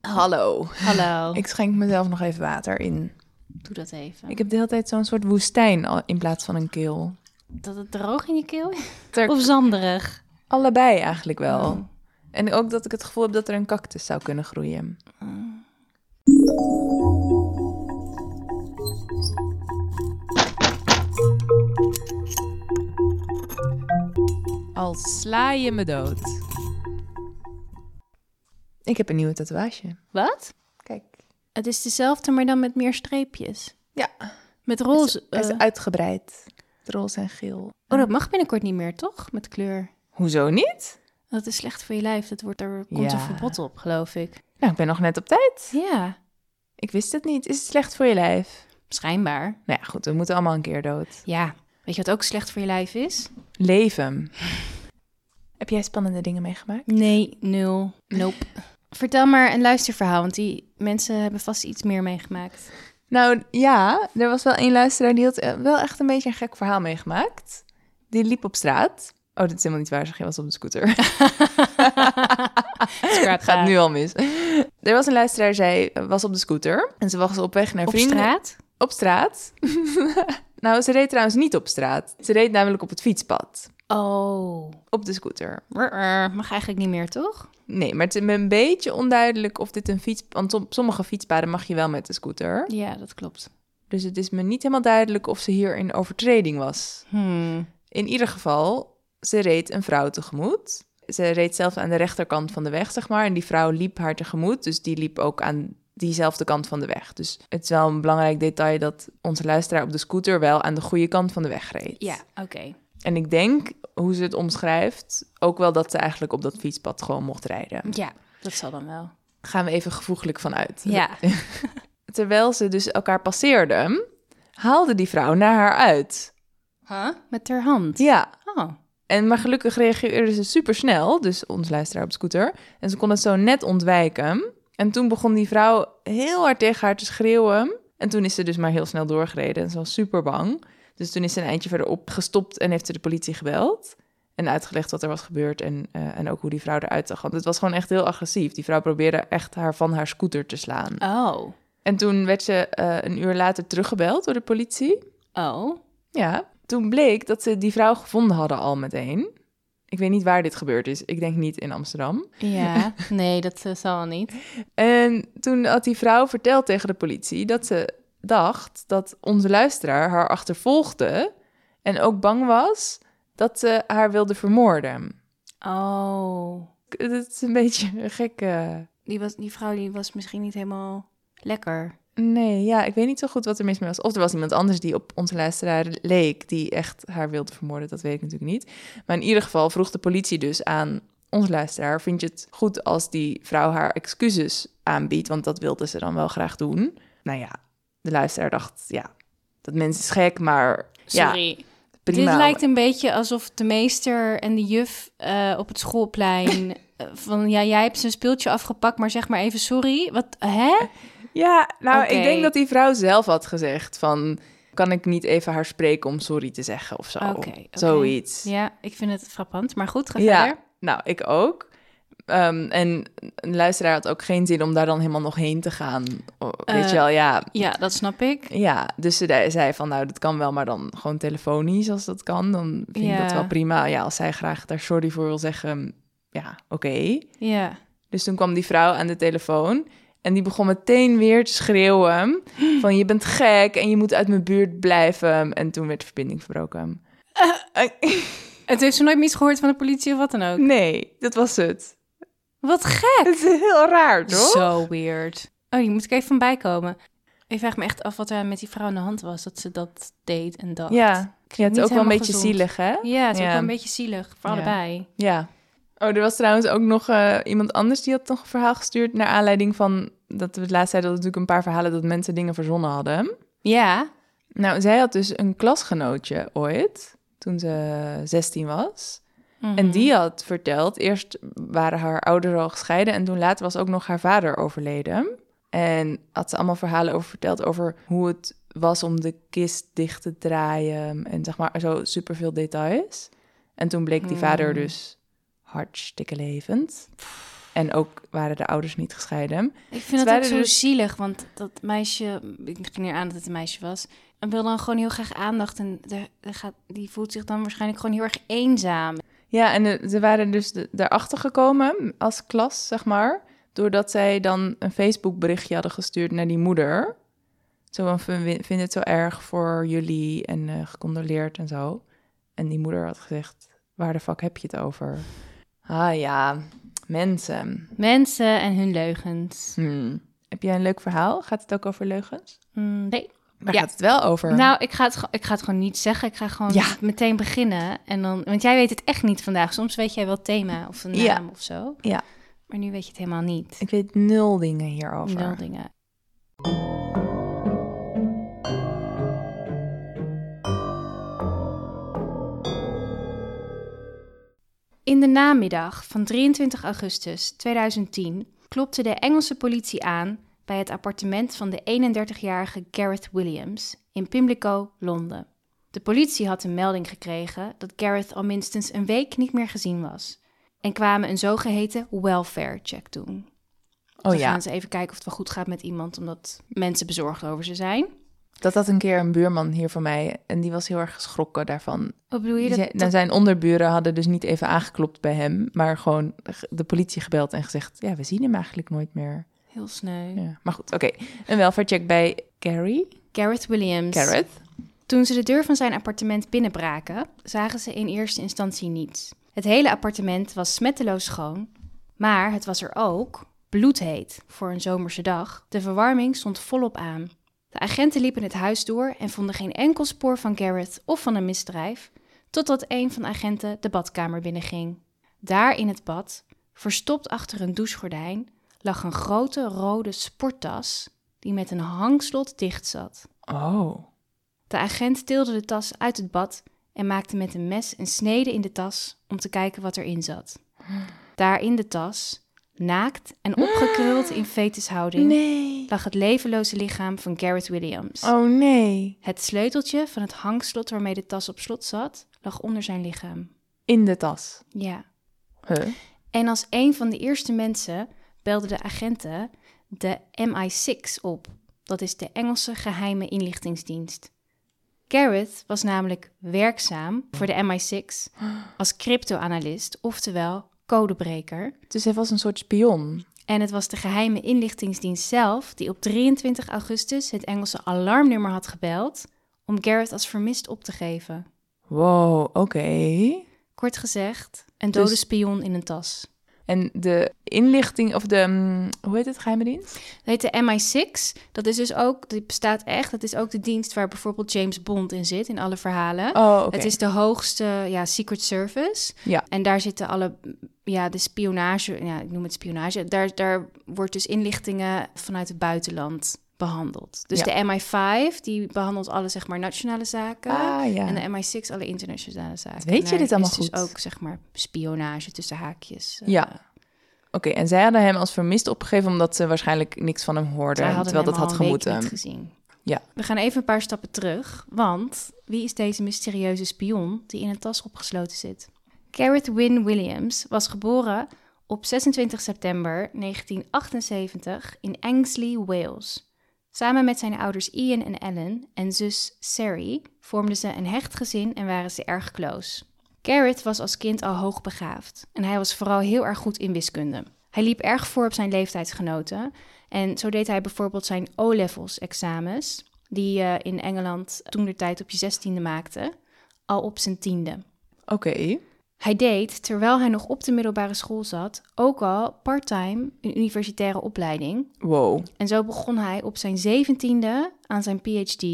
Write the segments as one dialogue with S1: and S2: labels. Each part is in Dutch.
S1: Hallo.
S2: Hallo.
S1: Ik schenk mezelf nog even water in.
S2: doe dat even.
S1: Ik heb de hele tijd zo'n soort woestijn al- in plaats van een keel.
S2: Dat het droog in je keel is?
S1: Ter-
S2: Of zanderig?
S1: Allebei eigenlijk wel.
S2: Oh.
S1: En ook dat ik het gevoel heb dat er een cactus zou kunnen groeien. Al sla je me dood. Ik heb een nieuwe tatoeage.
S2: Wat?
S1: Kijk.
S2: Het is dezelfde, maar dan met meer streepjes.
S1: Ja,
S2: Met
S1: hij
S2: roze.
S1: is, hij is
S2: eh,
S1: uitgebreid. Roze en geel.
S2: oh, dat mag binnenkort niet meer, toch? Met kleur.
S1: Hoezo niet?
S2: Dat is slecht voor je lijf. Dat wordt, er komt
S1: Ja.
S2: een verbod op, geloof ik.
S1: Nou, ik ben nog net op tijd.
S2: Ja,
S1: Ik wist het niet. Is het slecht voor je lijf?
S2: schijnbaar.
S1: Nou ja, goed, we moeten allemaal een keer dood.
S2: Ja. Weet je wat ook slecht voor je lijf is?
S1: Leven. Heb jij spannende dingen meegemaakt?
S2: Nee, nul. Nope. Vertel maar een luisterverhaal, want die mensen hebben vast iets meer meegemaakt.
S1: Nou ja, er was wel één luisteraar die had eh, wel echt een beetje een gek verhaal meegemaakt. Die liep op straat. Oh, dat is helemaal niet waar, zeg je was op de scooter.
S2: Scrap
S1: Gaat
S2: that.
S1: nu al mis. Er was een luisteraar, zij eh, was op de scooter. En ze was op weg naar
S2: Op
S1: vrienden.
S2: straat?
S1: Op straat? nou, ze reed trouwens niet op straat. Ze reed namelijk op het fietspad.
S2: Oh.
S1: Op de scooter.
S2: Brr, Mag eigenlijk niet meer, toch?
S1: Nee, maar het is me een beetje onduidelijk of dit een fiets... Want op sommige fietspaden mag je wel met de scooter.
S2: Ja, dat klopt.
S1: Dus het is me niet helemaal duidelijk of ze hier in overtreding was.
S2: Hmm.
S1: In ieder geval, ze reed een vrouw tegemoet. Ze reed zelfs aan de rechterkant van de weg, zeg maar. En die vrouw liep haar tegemoet, dus die liep ook aan diezelfde kant van de weg. Dus het is wel een belangrijk detail dat onze luisteraar op de scooter wel aan de goede kant van de weg reed.
S2: Ja, oké.
S1: En ik denk, hoe ze het omschrijft, ook wel dat ze eigenlijk op dat fietspad gewoon mocht rijden.
S2: Ja, dat zal dan wel.
S1: Gaan we even gevoeglijk vanuit.
S2: Ja.
S1: Terwijl ze dus elkaar passeerden, haalde die vrouw naar haar uit.
S2: Huh? Met haar hand.
S1: Ja.
S2: Oh.
S1: En, maar gelukkig reageerde ze supersnel, dus ons luisteraar op de scooter. En ze kon het zo net ontwijken. En toen begon die vrouw heel hard tegen haar te schreeuwen. En toen is ze dus maar heel snel doorgereden en ze was super bang. Dus toen is ze een eindje verderop gestopt en heeft ze de politie gebeld. En uitgelegd wat er was gebeurd en, eh, en ook hoe die vrouw eruit zag. Want het was gewoon echt heel agressief. Die vrouw probeerde echt haar van haar scooter te slaan.
S2: Oh.
S1: En toen werd ze eh, een uur later teruggebeld door de politie.
S2: Oh.
S1: Ja, toen bleek dat ze die vrouw gevonden hadden al meteen. Ik weet niet waar dit gebeurd is. Ik denk niet in Amsterdam.
S2: Ja. Nee, dat eh, zal wel niet.
S1: En toen had die vrouw verteld tegen de politie dat ze dacht dat onze luisteraar haar achtervolgde en ook bang was dat ze haar wilde vermoorden.
S2: Oh.
S1: Dat is een beetje een gekke.
S2: Die, was, die vrouw die was misschien niet helemaal lekker.
S1: Nee, ja, ik weet niet zo goed wat er mis mee was. Of er was iemand anders die op onze luisteraar leek, die echt haar wilde vermoorden, dat weet ik natuurlijk niet. Maar in ieder geval vroeg de politie dus aan onze luisteraar: Vind je het goed als die vrouw haar excuses aanbiedt? Want dat wilde ze dan wel graag doen. Nou ja, de luisteraar dacht: Ja, dat mens is gek, maar ja,
S2: Sorry.
S1: prima.
S2: Dit lijkt een beetje alsof de meester en de juf eh, op het schoolplein... eh, van ja, jij hebt zijn speeltje afgepakt, maar zeg maar even sorry. Wat, hè?
S1: Ja, nou,
S2: Oké.
S1: ik denk dat die vrouw zelf had gezegd: van, Kan ik niet even haar spreken om sorry te zeggen of zo?
S2: Oké, oké.
S1: Zoiets.
S2: Ja, ik vind het frappant, maar goed, ga
S1: ja,
S2: verder.
S1: nou, ik ook. Ehm, en een luisteraar had ook geen zin om daar dan helemaal nog heen te gaan. O, Weet
S2: Eh,
S1: je wel, ja.
S2: Ja, dat snap ik.
S1: Ja, dus ze de- zei van, nou, dat kan wel, maar dan gewoon telefonisch als dat kan. Dan vind ik dat
S2: Ja.
S1: wel prima. Ja, als zij graag daar sorry voor wil zeggen, ja, oké.
S2: Ja.
S1: Dus toen kwam die vrouw aan de telefoon en die begon meteen weer te schreeuwen van, je bent gek en je moet uit mijn buurt blijven. En toen werd de verbinding verbroken.
S2: Eh. Het heeft ze nooit meer iets gehoord van de politie of wat dan ook.
S1: Nee, dat was het.
S2: Wat gek!
S1: Het is heel raar, toch?
S2: Zo weird. Oh, die moet ik even van bijkomen. Ik vraag me echt af wat er met die vrouw aan de hand was. Dat ze dat deed en dacht.
S1: Ja, ja het
S2: niet
S1: is ook wel een
S2: helemaal
S1: beetje
S2: gezond.
S1: zielig, hè?
S2: Ja, het is ook
S1: Ja.
S2: wel een beetje zielig. Voor
S1: Ja.
S2: allebei.
S1: Ja. Oh, er was trouwens ook nog eh, iemand anders die had nog een verhaal gestuurd... naar aanleiding van dat we het laatst zeiden... dat er natuurlijk een paar verhalen dat mensen dingen verzonnen hadden.
S2: Ja.
S1: Nou, zij had dus een klasgenootje ooit, toen ze 16 was.
S2: Mhm.
S1: En die had verteld, eerst waren haar ouders al gescheiden... en toen later was ook nog haar vader overleden. En had ze allemaal verhalen over verteld over hoe het was om de kist dicht te draaien... en zeg maar zo superveel details. En toen bleek die vader dus hartstikke levend. En ook waren de ouders niet gescheiden.
S2: Ik vind
S1: Terwijl
S2: dat ook
S1: er
S2: zo
S1: dus-
S2: zielig, want dat meisje, ik ging er aan dat het een meisje was, en wil dan gewoon heel graag aandacht en de, de gaat, die voelt zich dan waarschijnlijk gewoon heel erg eenzaam.
S1: Ja, en eh, ze waren dus de- daarachter gekomen als klas, zeg maar. Doordat zij dan een Facebook berichtje hadden gestuurd naar die moeder. Zo van, "Vin- vin- vind het zo erg voor jullie en eh, gecondoleerd en zo. En die moeder had gezegd, waar de fuck heb je het over? Ah ja, mensen.
S2: Mensen en hun leugens.
S1: Hmm. Heb jij een leuk verhaal? Gaat het ook over leugens?
S2: Mm, nee.
S1: Waar
S2: Ja.
S1: gaat het wel over?
S2: Nou, ik ga, het, ge- ik ga het gewoon niet zeggen. Ik ga gewoon
S1: Ja.
S2: meteen beginnen. En dan, want jij weet het echt niet vandaag. Soms weet jij wel thema of een naam
S1: Ja.
S2: of zo.
S1: Ja.
S2: Maar nu weet je het helemaal niet.
S1: Ik weet nul dingen hierover.
S2: Nul dingen. In de namiddag van 23 augustus 2010 klopte de Engelse politie aan bij het appartement van de 31-jarige Gareth Williams in Pimlico, Londen. De politie had een melding gekregen dat Gareth al minstens een week niet meer gezien was en kwamen een zogeheten welfare check doen.
S1: oh
S2: Ze
S1: ja,
S2: Dus gaan ze even kijken of het wel goed gaat met iemand, omdat mensen bezorgd over ze zijn.
S1: dat had een keer een buurman hier van mij. En die was heel erg geschrokken daarvan.
S2: Wat bedoel je? Dat,
S1: Zij- nou, zijn onderburen hadden dus niet even aangeklopt bij hem, maar gewoon g- de politie gebeld en gezegd: Ja, we zien hem eigenlijk nooit meer.
S2: heel sneu.
S1: nou- Ja. Maar goed, oké. Een welvaartcheck bij Gary.
S2: Gareth Williams.
S1: Gareth.
S2: Toen ze de deur van zijn appartement binnenbraken, zagen ze in eerste instantie niets. Het hele appartement was smetteloos schoon, maar het was er ook bloedheet voor een zomerse dag. De verwarming stond volop aan. De agenten liepen het huis door en vonden geen enkel spoor van Garrett of van een misdrijf, totdat een van de agenten de badkamer binnenging. Daar in het bad, verstopt achter een douchegordijn, lag een grote rode sporttas die met een hangslot dicht zat.
S1: Oh.
S2: De agent tilde de tas uit het bad en maakte met een mes een snede in de tas om te kijken wat erin zat. Daar in de tas, naakt en opgekruld in fetushouding,
S1: Nee.
S2: lag het levenloze lichaam van Garrett Williams.
S1: Oh nee.
S2: Het sleuteltje van het hangslot waarmee de tas op slot zat, lag onder zijn lichaam.
S1: In de tas.
S2: Ja.
S1: Huh?
S2: En als een van de eerste mensen belden de agenten de MI6 op. Dat is de Engelse geheime inlichtingsdienst. Garrett was namelijk werkzaam voor de MI6 als cryptoanalist, oftewel codebreker.
S1: Dus hij was een soort spion.
S2: En het was de geheime inlichtingsdienst zelf die op 23 augustus het Engelse alarmnummer had gebeld om Garrett als vermist op te geven.
S1: Wow, oké.
S2: Kort gezegd, een dode
S1: Dus-
S2: spion in een tas.
S1: En de inlichting, of de, mm, hoe heet het, geheime dienst?
S2: Dat heet de MI6. Dat is dus ook, die bestaat echt. Dat is ook de dienst waar bijvoorbeeld James Bond in zit, in alle verhalen.
S1: Oh, oké.
S2: Het is de hoogste ja, Secret Service.
S1: Ja.
S2: En daar zitten alle, ja, de spionage, ja, ik noem het spionage. Daar, daar wordt dus inlichtingen vanuit het buitenland behandeld. Dus
S1: Ja.
S2: de MI5, die behandelt alle, zeg maar, nationale zaken.
S1: Ah ja.
S2: En de MI6 alle internationale zaken.
S1: weet je
S2: En
S1: dit
S2: daar
S1: allemaal
S2: is dus
S1: goed?
S2: ook, zeg maar, spionage tussen haakjes. eh,
S1: Ja. Oké, en zij hadden hem als vermist opgegeven omdat ze waarschijnlijk niks van hem hoorden.
S2: Zij hadden
S1: terwijl dat
S2: hem
S1: had
S2: al een week
S1: gemoeten.
S2: niet gezien.
S1: Ja.
S2: We gaan even een paar stappen terug, want wie is deze mysterieuze spion die in een tas opgesloten zit? Garrett Wynne Williams was geboren op 26 september 1978 in Angsley, Wales. Samen met zijn ouders Ian en Ellen en zus Sari vormden ze een hecht gezin en waren ze erg close. Garrett was als kind al hoogbegaafd en hij was vooral heel erg goed in wiskunde. Hij liep erg voor op zijn leeftijdsgenoten en zo deed hij bijvoorbeeld zijn O-levels examens, die je in Engeland toen de tijd op je zestiende maakte, al op zijn tiende.
S1: Oké.
S2: Hij deed, terwijl hij nog op de middelbare school zat, ook al part-time een universitaire opleiding.
S1: Wow.
S2: En zo begon hij op zijn zeventiende aan zijn PhD,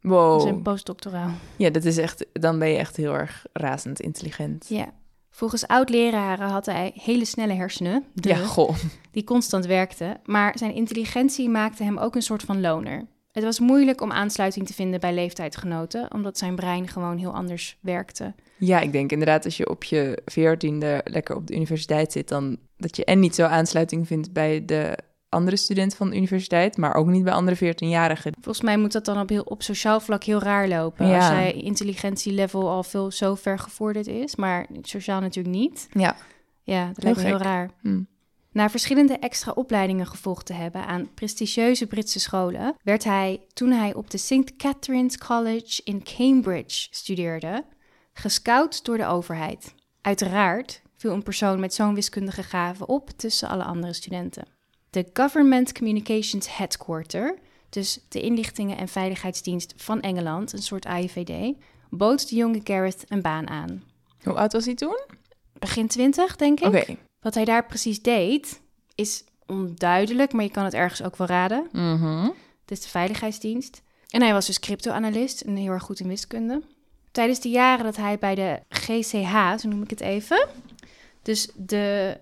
S1: Wow.
S2: zijn postdoctoraal.
S1: Ja, dat is echt, dan ben je echt heel erg razend intelligent.
S2: Ja. Volgens oud-leraren had hij hele snelle hersenen, dus de,
S1: Ja, goh.
S2: die constant werkten, maar zijn intelligentie maakte hem ook een soort van loner. Het was moeilijk om aansluiting te vinden bij leeftijdgenoten, omdat zijn brein gewoon heel anders werkte.
S1: Ja, ik denk inderdaad als je op je veertiende lekker op de universiteit zit, dan dat je en niet zo aansluiting vindt bij de andere student van de universiteit, maar ook niet bij andere veertienjarigen.
S2: Volgens mij moet dat dan op, heel, op sociaal vlak heel raar lopen.
S1: Ja.
S2: Als zij intelligentielevel al veel zo ver gevorderd is, maar sociaal natuurlijk niet.
S1: Ja.
S2: Ja, dat lijkt me heel
S1: gek.
S2: raar.
S1: Hm.
S2: Na verschillende extra opleidingen gevolgd te hebben aan prestigieuze Britse scholen, werd hij, toen hij op de St. Catherine's College in Cambridge studeerde, gescout door de overheid. Uiteraard viel een persoon met zo'n wiskundige gave op tussen alle andere studenten. De Government Communications Headquarter, dus de inlichtingen- en veiligheidsdienst van Engeland, een soort AIVD, bood de jonge Gareth een baan aan.
S1: Hoe oud was hij toen?
S2: Begin 20, denk ik.
S1: Oké.
S2: Wat hij daar precies deed, is onduidelijk, maar je kan het ergens ook wel raden.
S1: Mhm.
S2: Het is de veiligheidsdienst. En hij was dus cryptoanalist en heel erg goed in wiskunde. Tijdens de jaren dat hij bij de GCH, zo noem ik het even, dus de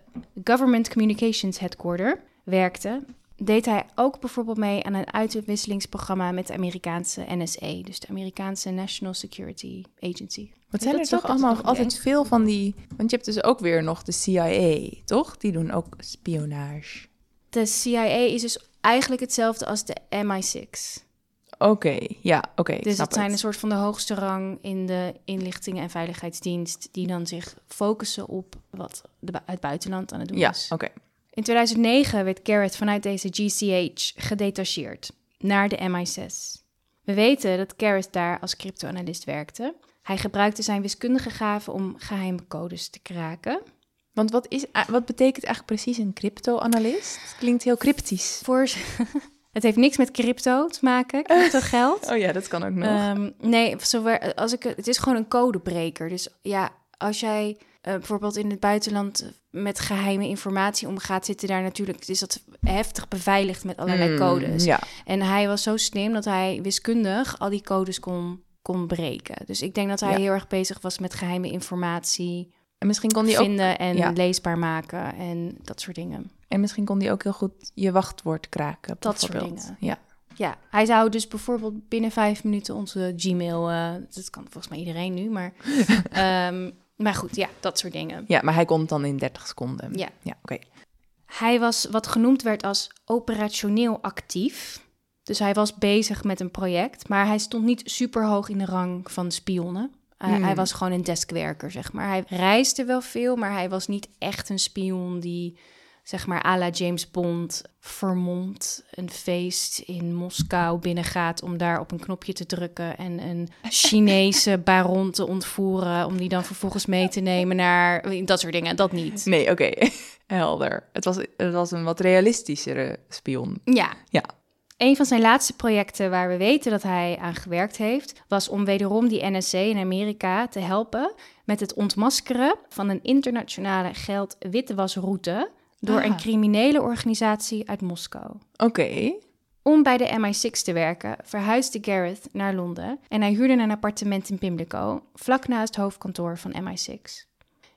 S2: Government Communications Headquarter, werkte, deed hij ook bijvoorbeeld mee aan een uitwisselingsprogramma met de Amerikaanse NSA, dus de Amerikaanse National Security Agency.
S1: Wat zijn er
S2: dat zo
S1: toch allemaal
S2: goed
S1: nog altijd veel van die... Want je hebt dus ook weer nog de CIA, toch? Die doen ook spionage.
S2: De CIA is dus eigenlijk hetzelfde als de MI6.
S1: Oké, ja, oké, ik
S2: Dus
S1: snap
S2: het zijn een
S1: het.
S2: soort van de hoogste rang in de inlichtingen- en veiligheidsdienst... die dan zich focussen op wat de bu- het buitenland aan het doen
S1: Ja,
S2: is.
S1: oké.
S2: In 2009 werd Garrett vanuit deze GCH gedetacheerd naar de MI6. We weten dat Garrett daar als cryptoanalist werkte. Hij gebruikte zijn wiskundige gaven om geheime codes te kraken.
S1: Want wat, is, wat betekent eigenlijk precies een crypto-analyst? Het Klinkt heel cryptisch.
S2: Voor... het heeft niks met crypto te maken, crypto geld.
S1: Oh ja, dat kan ook nog.
S2: Ehm, nee, zover, als ik, het is gewoon een codebreker. Dus ja, als jij eh, bijvoorbeeld in het buitenland met geheime informatie omgaat, zitten daar natuurlijk, is dat heftig beveiligd met allerlei
S1: Mm,
S2: codes.
S1: Ja,
S2: En hij was zo slim dat hij wiskundig al die codes kon, kon breken. Dus ik denk dat hij
S1: Ja.
S2: heel erg bezig was met geheime informatie
S1: en misschien kon die ook
S2: vinden en
S1: ja.
S2: leesbaar maken en dat soort dingen.
S1: En misschien kon die ook heel goed je wachtwoord kraken.
S2: Dat soort
S1: bijvoorbeeld.
S2: dingen.
S1: Ja.
S2: Ja, hij zou dus bijvoorbeeld binnen vijf minuten onze Gmail. eh, dat kan volgens mij iedereen nu, maar. ehm, maar goed, ja, dat soort dingen.
S1: ja, maar hij kon het dan in 30 seconden.
S2: Ja.
S1: Ja, oké.
S2: Hij was wat genoemd werd als operationeel actief. Dus hij was bezig met een project, maar hij stond niet super hoog in de rang van spionnen. Hij-
S1: Hmm.
S2: Hij was gewoon een deskwerker, zeg maar. Hij reisde wel veel, maar hij was niet echt een spion die, zeg maar, à la James Bond vermomd een feest in Moskou binnengaat om daar op een knopje te drukken en een Chinese baron te ontvoeren, om die dan vervolgens mee te nemen naar dat soort dingen. Dat niet.
S1: Nee, oké. Helder. Het was, het was een wat realistischere spion.
S2: Ja.
S1: Ja.
S2: Een van zijn laatste projecten waar we weten dat hij aan gewerkt heeft, was om wederom die NSA in Amerika te helpen met het ontmaskeren van een internationale geld-witwasroute door
S1: Ah.
S2: een criminele organisatie uit Moskou.
S1: Oké.
S2: Om bij de MI6 te werken, verhuisde Gareth naar Londen en hij huurde een appartement in Pimlico, vlak naast het hoofdkantoor van MI6.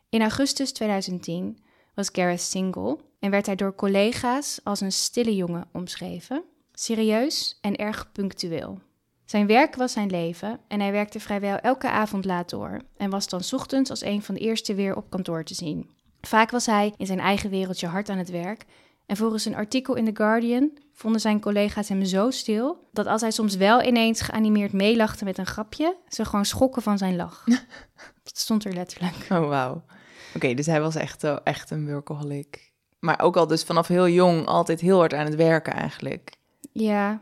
S2: In augustus 2010 was Gareth single en werd hij door collega's als een stille jongen omschreven, serieus en erg punctueel. Zijn werk was zijn leven en hij werkte vrijwel elke avond laat door en was dan 's ochtends als een van de eerste weer op kantoor te zien. Vaak was hij in zijn eigen wereldje hard aan het werk en volgens een artikel in The Guardian vonden zijn collega's hem zo stil dat als hij soms wel ineens geanimeerd meelachte met een grapje, ze gewoon schokken van zijn lach. Dat stond er letterlijk.
S1: Oh, wauw. Oké, dus hij was echt, eh, echt een workaholic. Maar ook al dus vanaf heel jong altijd heel hard aan het werken eigenlijk.
S2: Ja,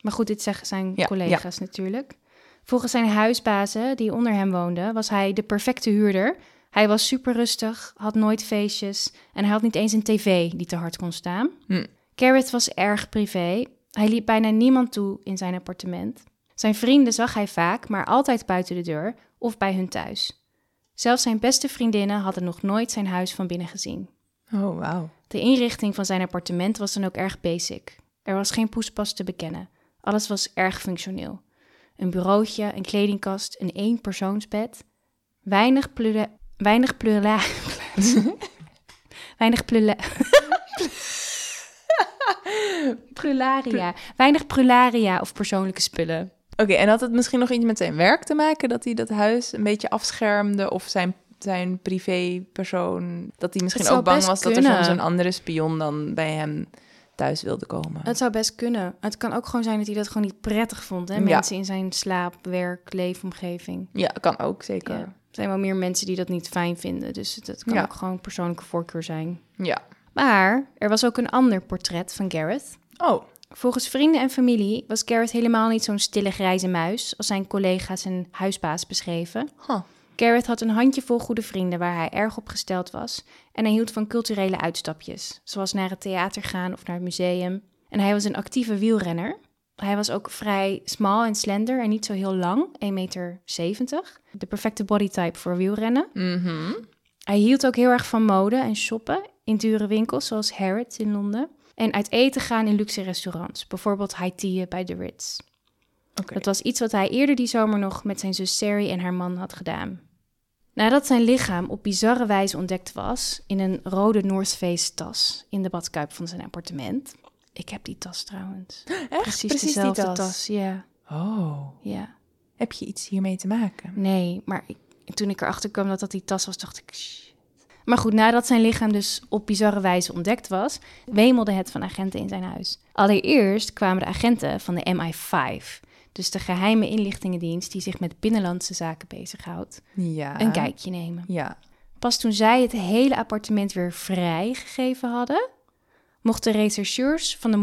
S2: maar goed, dit zeggen zijn
S1: Ja,
S2: collega's natuurlijk. Volgens zijn huisbazen die onder hem woonden, was hij de perfecte huurder. Hij was super rustig, had nooit feestjes en hij had niet eens een tv die te hard kon staan.
S1: Hm.
S2: Garrett was erg privé. Hij liet bijna niemand toe in zijn appartement. Zijn vrienden zag hij vaak, maar altijd buiten de deur of bij hun thuis. Zelfs zijn beste vriendinnen hadden nog nooit zijn huis van binnen gezien.
S1: Oh, wauw.
S2: De inrichting van zijn appartement was dan ook erg basic. Er was geen poespas te bekennen. Alles was erg functioneel. Een bureautje, een kledingkast, een éénpersoonsbed. Weinig plure... Weinig plura... weinig plula... prularia. Weinig prularia of persoonlijke spullen.
S1: Oké, en had het misschien nog iets met zijn werk te maken? Dat hij dat huis een beetje afschermde? Of zijn, zijn privépersoon? Dat hij misschien
S2: zou
S1: ook bang
S2: best
S1: was dat
S2: kunnen.
S1: er soms een andere spion dan bij hem thuis wilde komen?
S2: Het zou best kunnen. Het kan ook gewoon zijn dat hij dat gewoon niet prettig vond. Hè?
S1: Ja.
S2: Mensen in zijn slaap, werk, leefomgeving.
S1: Ja, kan ook zeker.
S2: Ja.
S1: Ja.
S2: Er zijn wel meer mensen die dat niet fijn vinden. Dus dat kan
S1: Ja.
S2: ook gewoon persoonlijke voorkeur zijn. Maar er was ook een ander portret van Gareth.
S1: Oh,
S2: Volgens vrienden en familie was Gareth helemaal niet zo'n stille grijze muis als zijn collega's en huisbaas beschreven.
S1: huh.
S2: Gareth had een handjevol goede vrienden waar hij erg op gesteld was en hij hield van culturele uitstapjes, zoals naar het theater gaan of naar het museum. En hij was een actieve wielrenner. Hij was ook vrij smal en slender en niet zo heel lang, 1,70 meter. De perfecte bodytype voor wielrennen.
S1: Mhm.
S2: Hij hield ook heel erg van mode en shoppen in dure winkels zoals Harrods in Londen. En uit eten gaan in luxe restaurants, bijvoorbeeld high tea bij de Ritz.
S1: Oké.
S2: Dat was iets wat hij eerder die zomer nog met zijn zus Sari en haar man had gedaan. Nadat zijn lichaam op bizarre wijze ontdekt was in een rode North Face tas in de badkuip van zijn appartement. Ik heb die tas trouwens.
S1: Echt?
S2: Precies,
S1: Precies die
S2: dezelfde
S1: tas?
S2: tas. Ja,
S1: Oh,
S2: ja.
S1: heb je iets hiermee te maken?
S2: Nee, maar ik- toen ik erachter kwam dat dat die tas was, dacht ik... "Shit." Maar goed, nadat zijn lichaam dus op bizarre wijze ontdekt was, wemelde het van agenten in zijn huis. Allereerst kwamen de agenten van de MI5, dus de geheime inlichtingendienst die zich met binnenlandse zaken bezighoudt,
S1: Ja.
S2: een kijkje nemen.
S1: Ja.
S2: Pas toen zij het hele appartement weer vrijgegeven hadden, mochten rechercheurs van de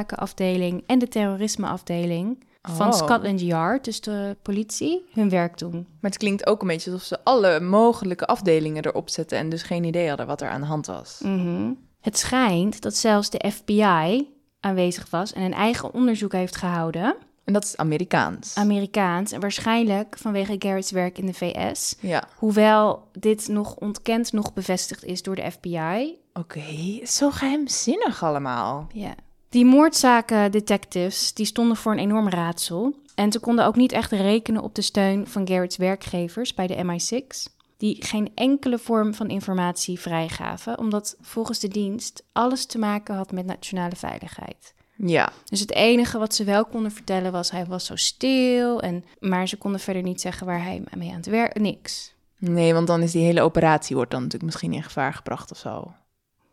S2: moordzakenafdeling en de terrorismeafdeling van
S1: Oh.
S2: Scotland Yard, dus de politie, hun werk doen.
S1: Maar het klinkt ook een beetje alsof ze alle mogelijke afdelingen erop zetten en dus geen idee hadden wat er aan de hand was.
S2: Mhm. Het schijnt dat zelfs de FBI aanwezig was en een eigen onderzoek heeft gehouden,
S1: En dat is Amerikaans.
S2: Amerikaans, en waarschijnlijk vanwege Garrett's werk in de VS.
S1: ja.
S2: Hoewel dit nog ontkend, nog bevestigd is door de FBI.
S1: Oké, zo geheimzinnig allemaal.
S2: Ja. Die moordzaken-detectives die stonden voor een enorm raadsel. En ze konden ook niet echt rekenen op de steun van Garrett's werkgevers bij de MI6, die geen enkele vorm van informatie vrijgaven, omdat volgens de dienst alles te maken had met nationale veiligheid.
S1: Ja.
S2: Dus het enige wat ze wel konden vertellen was hij was zo stil en maar ze konden verder niet zeggen waar hij mee aan het werk niks.
S1: Nee, want dan is die hele operatie wordt dan natuurlijk misschien in gevaar gebracht of zo.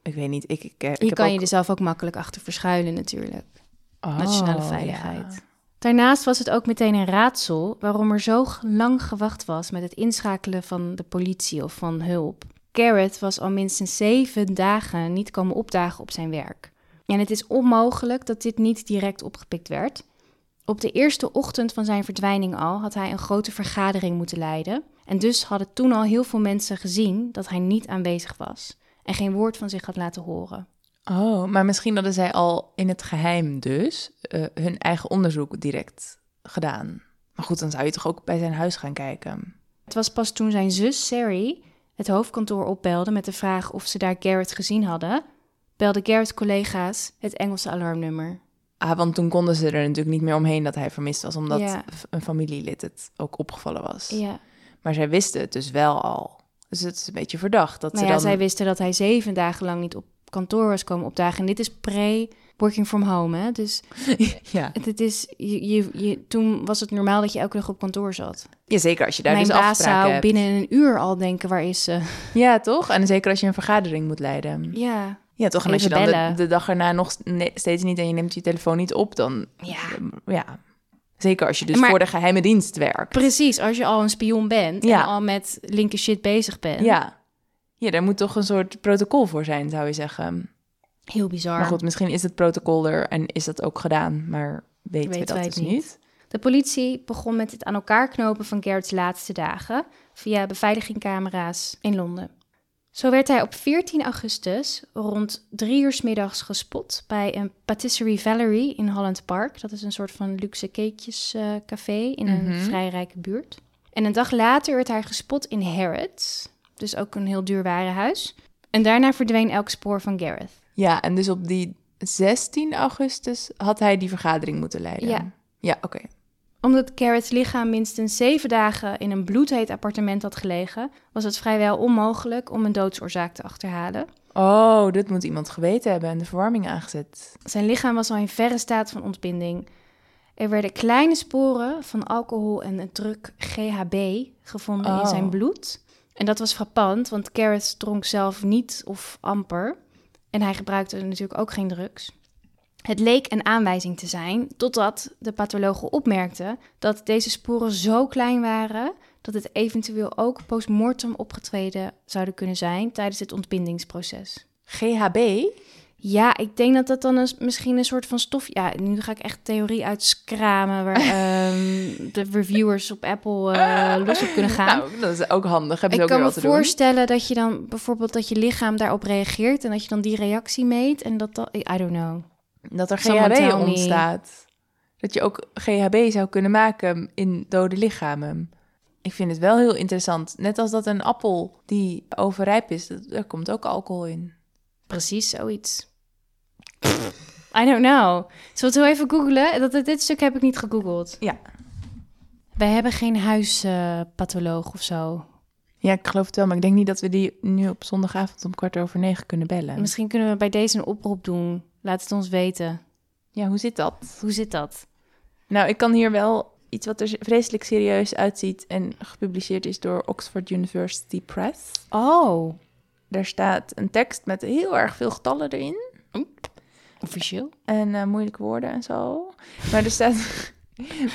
S1: Ik weet niet, ik... ik, eh, ik
S2: Hier
S1: heb
S2: kan
S1: ook-
S2: je dus er zelf ook makkelijk achter verschuilen natuurlijk.
S1: Oh,
S2: Nationale
S1: ja.
S2: veiligheid. Daarnaast was het ook meteen een raadsel waarom er zo g- lang gewacht was met het inschakelen van de politie of van hulp. Garrett was al minstens zeven dagen niet komen opdagen op zijn werk. En het is onmogelijk dat dit niet direct opgepikt werd. Op de eerste ochtend van zijn verdwijning al had hij een grote vergadering moeten leiden. En dus hadden toen al heel veel mensen gezien dat hij niet aanwezig was en geen woord van zich had laten horen.
S1: Oh, maar misschien hadden zij al in het geheim dus eh, hun eigen onderzoek direct gedaan. Maar goed, dan zou je toch ook bij zijn huis gaan kijken.
S2: Het was pas toen zijn zus Sari het hoofdkantoor opbelde met de vraag of ze daar Garrett gezien hadden, belde Garrett collega's het Engelse alarmnummer.
S1: Ah, want toen konden ze er natuurlijk niet meer omheen dat hij vermist was, omdat
S2: Ja.
S1: f- een familielid het ook opgevallen was.
S2: Ja. nou
S1: Maar zij wisten het dus wel al. Dus het is een beetje verdacht dat
S2: Nou
S1: ze
S2: ja,
S1: dan...
S2: zij wisten dat hij zeven dagen lang niet op kantoor was komen opdagen. En dit is pre-working from home, hè? Dus
S1: ja.
S2: dit is, je, je, je- toen was het normaal dat je elke dag op kantoor zat.
S1: ja, zeker als je daar
S2: Mijn
S1: dus
S2: baas
S1: afspraken
S2: zou
S1: hebt.
S2: binnen een uur al denken, waar is ze?
S1: Ja, toch? En zeker als je een vergadering moet leiden.
S2: Ja.
S1: Ja, toch? En als je
S2: Even
S1: dan de,
S2: bellen.
S1: de dag erna nog ne- steeds niet... en je neemt je telefoon niet op, dan...
S2: Ja.
S1: Ja, zeker als je dus
S2: Maar-
S1: voor de geheime dienst werkt.
S2: Precies, als je al een spion bent
S1: Ja.
S2: en al met linker shit bezig bent.
S1: Ja. ja, daar moet toch een soort protocol voor zijn, zou je zeggen.
S2: Heel bizar.
S1: Maar goed, misschien is het protocol er en is dat ook gedaan, maar weten we dat
S2: Weten wij
S1: dus
S2: het niet.
S1: niet.
S2: De politie begon met het aan elkaar knopen van Gerrits laatste dagen via beveiligingcamera's in Londen. Zo werd hij op 14 augustus rond drie uur 's middags gespot bij een Patisserie Valerie in Holland Park. Dat is een soort van luxe cakejescafé in een vrij rijke buurt. En een dag later werd hij gespot in Harrods, dus ook een heel duur warenhuis. En daarna verdween elk spoor van Gareth.
S1: Ja, en dus op die 16 augustus had hij die vergadering moeten leiden.
S2: Ja.
S1: Ja, oké.
S2: Omdat Garrett's lichaam minstens zeven dagen in een bloedheet appartement had gelegen, was het vrijwel onmogelijk om een doodsoorzaak te achterhalen.
S1: Oh, dit moet iemand geweten hebben en de verwarming aangezet.
S2: Zijn lichaam was al in verre staat van ontbinding. Er werden kleine sporen van alcohol en een druk GHB gevonden in
S1: Oh.
S2: zijn bloed. En dat was frappant, want Garrett dronk zelf niet of amper. En hij gebruikte natuurlijk ook geen drugs. Het leek een aanwijzing te zijn, totdat de pathologen opmerkten dat deze sporen zo klein waren dat het eventueel ook postmortem opgetreden zouden kunnen zijn tijdens het ontbindingsproces.
S1: GHB?
S2: Ja, ik denk dat dat dan een, misschien een soort van stof... Ja, nu ga ik echt theorie uitskramen waar ehm, de reviewers op Apple eh, los op kunnen gaan.
S1: Nou, dat is ook handig. Hebben ze ook weer
S2: ik kan me
S1: wat te doen.
S2: voorstellen dat je dan bijvoorbeeld dat je lichaam daarop reageert en dat je dan die reactie meet en dat dat... I don't know.
S1: Dat er
S2: Someone
S1: GHB
S2: tell me.
S1: ontstaat. Dat je ook GHB zou kunnen maken in dode lichamen. Ik vind het wel heel interessant. Net als dat een appel die overrijp is, dat- daar komt ook alcohol in.
S2: Precies zoiets. I don't know. Zullen we het heel even googlen? Dat, dit- dit stuk heb ik niet gegoogeld.
S1: Ja.
S2: Wij hebben geen huispatholoog of zo.
S1: Ja, ik geloof het wel, maar ik denk niet dat we die nu op zondagavond om kwart over negen kunnen bellen.
S2: Misschien kunnen we bij deze een oproep doen. Laat het ons weten.
S1: Ja, hoe zit dat?
S2: Hoe zit dat?
S1: Nou, ik kan hier wel iets wat er vreselijk serieus uitziet en gepubliceerd is door Oxford University Press.
S2: Oh,
S1: Daar staat een tekst met heel erg veel getallen erin.
S2: officieel.
S1: En eh, moeilijke woorden en zo. Maar er staat,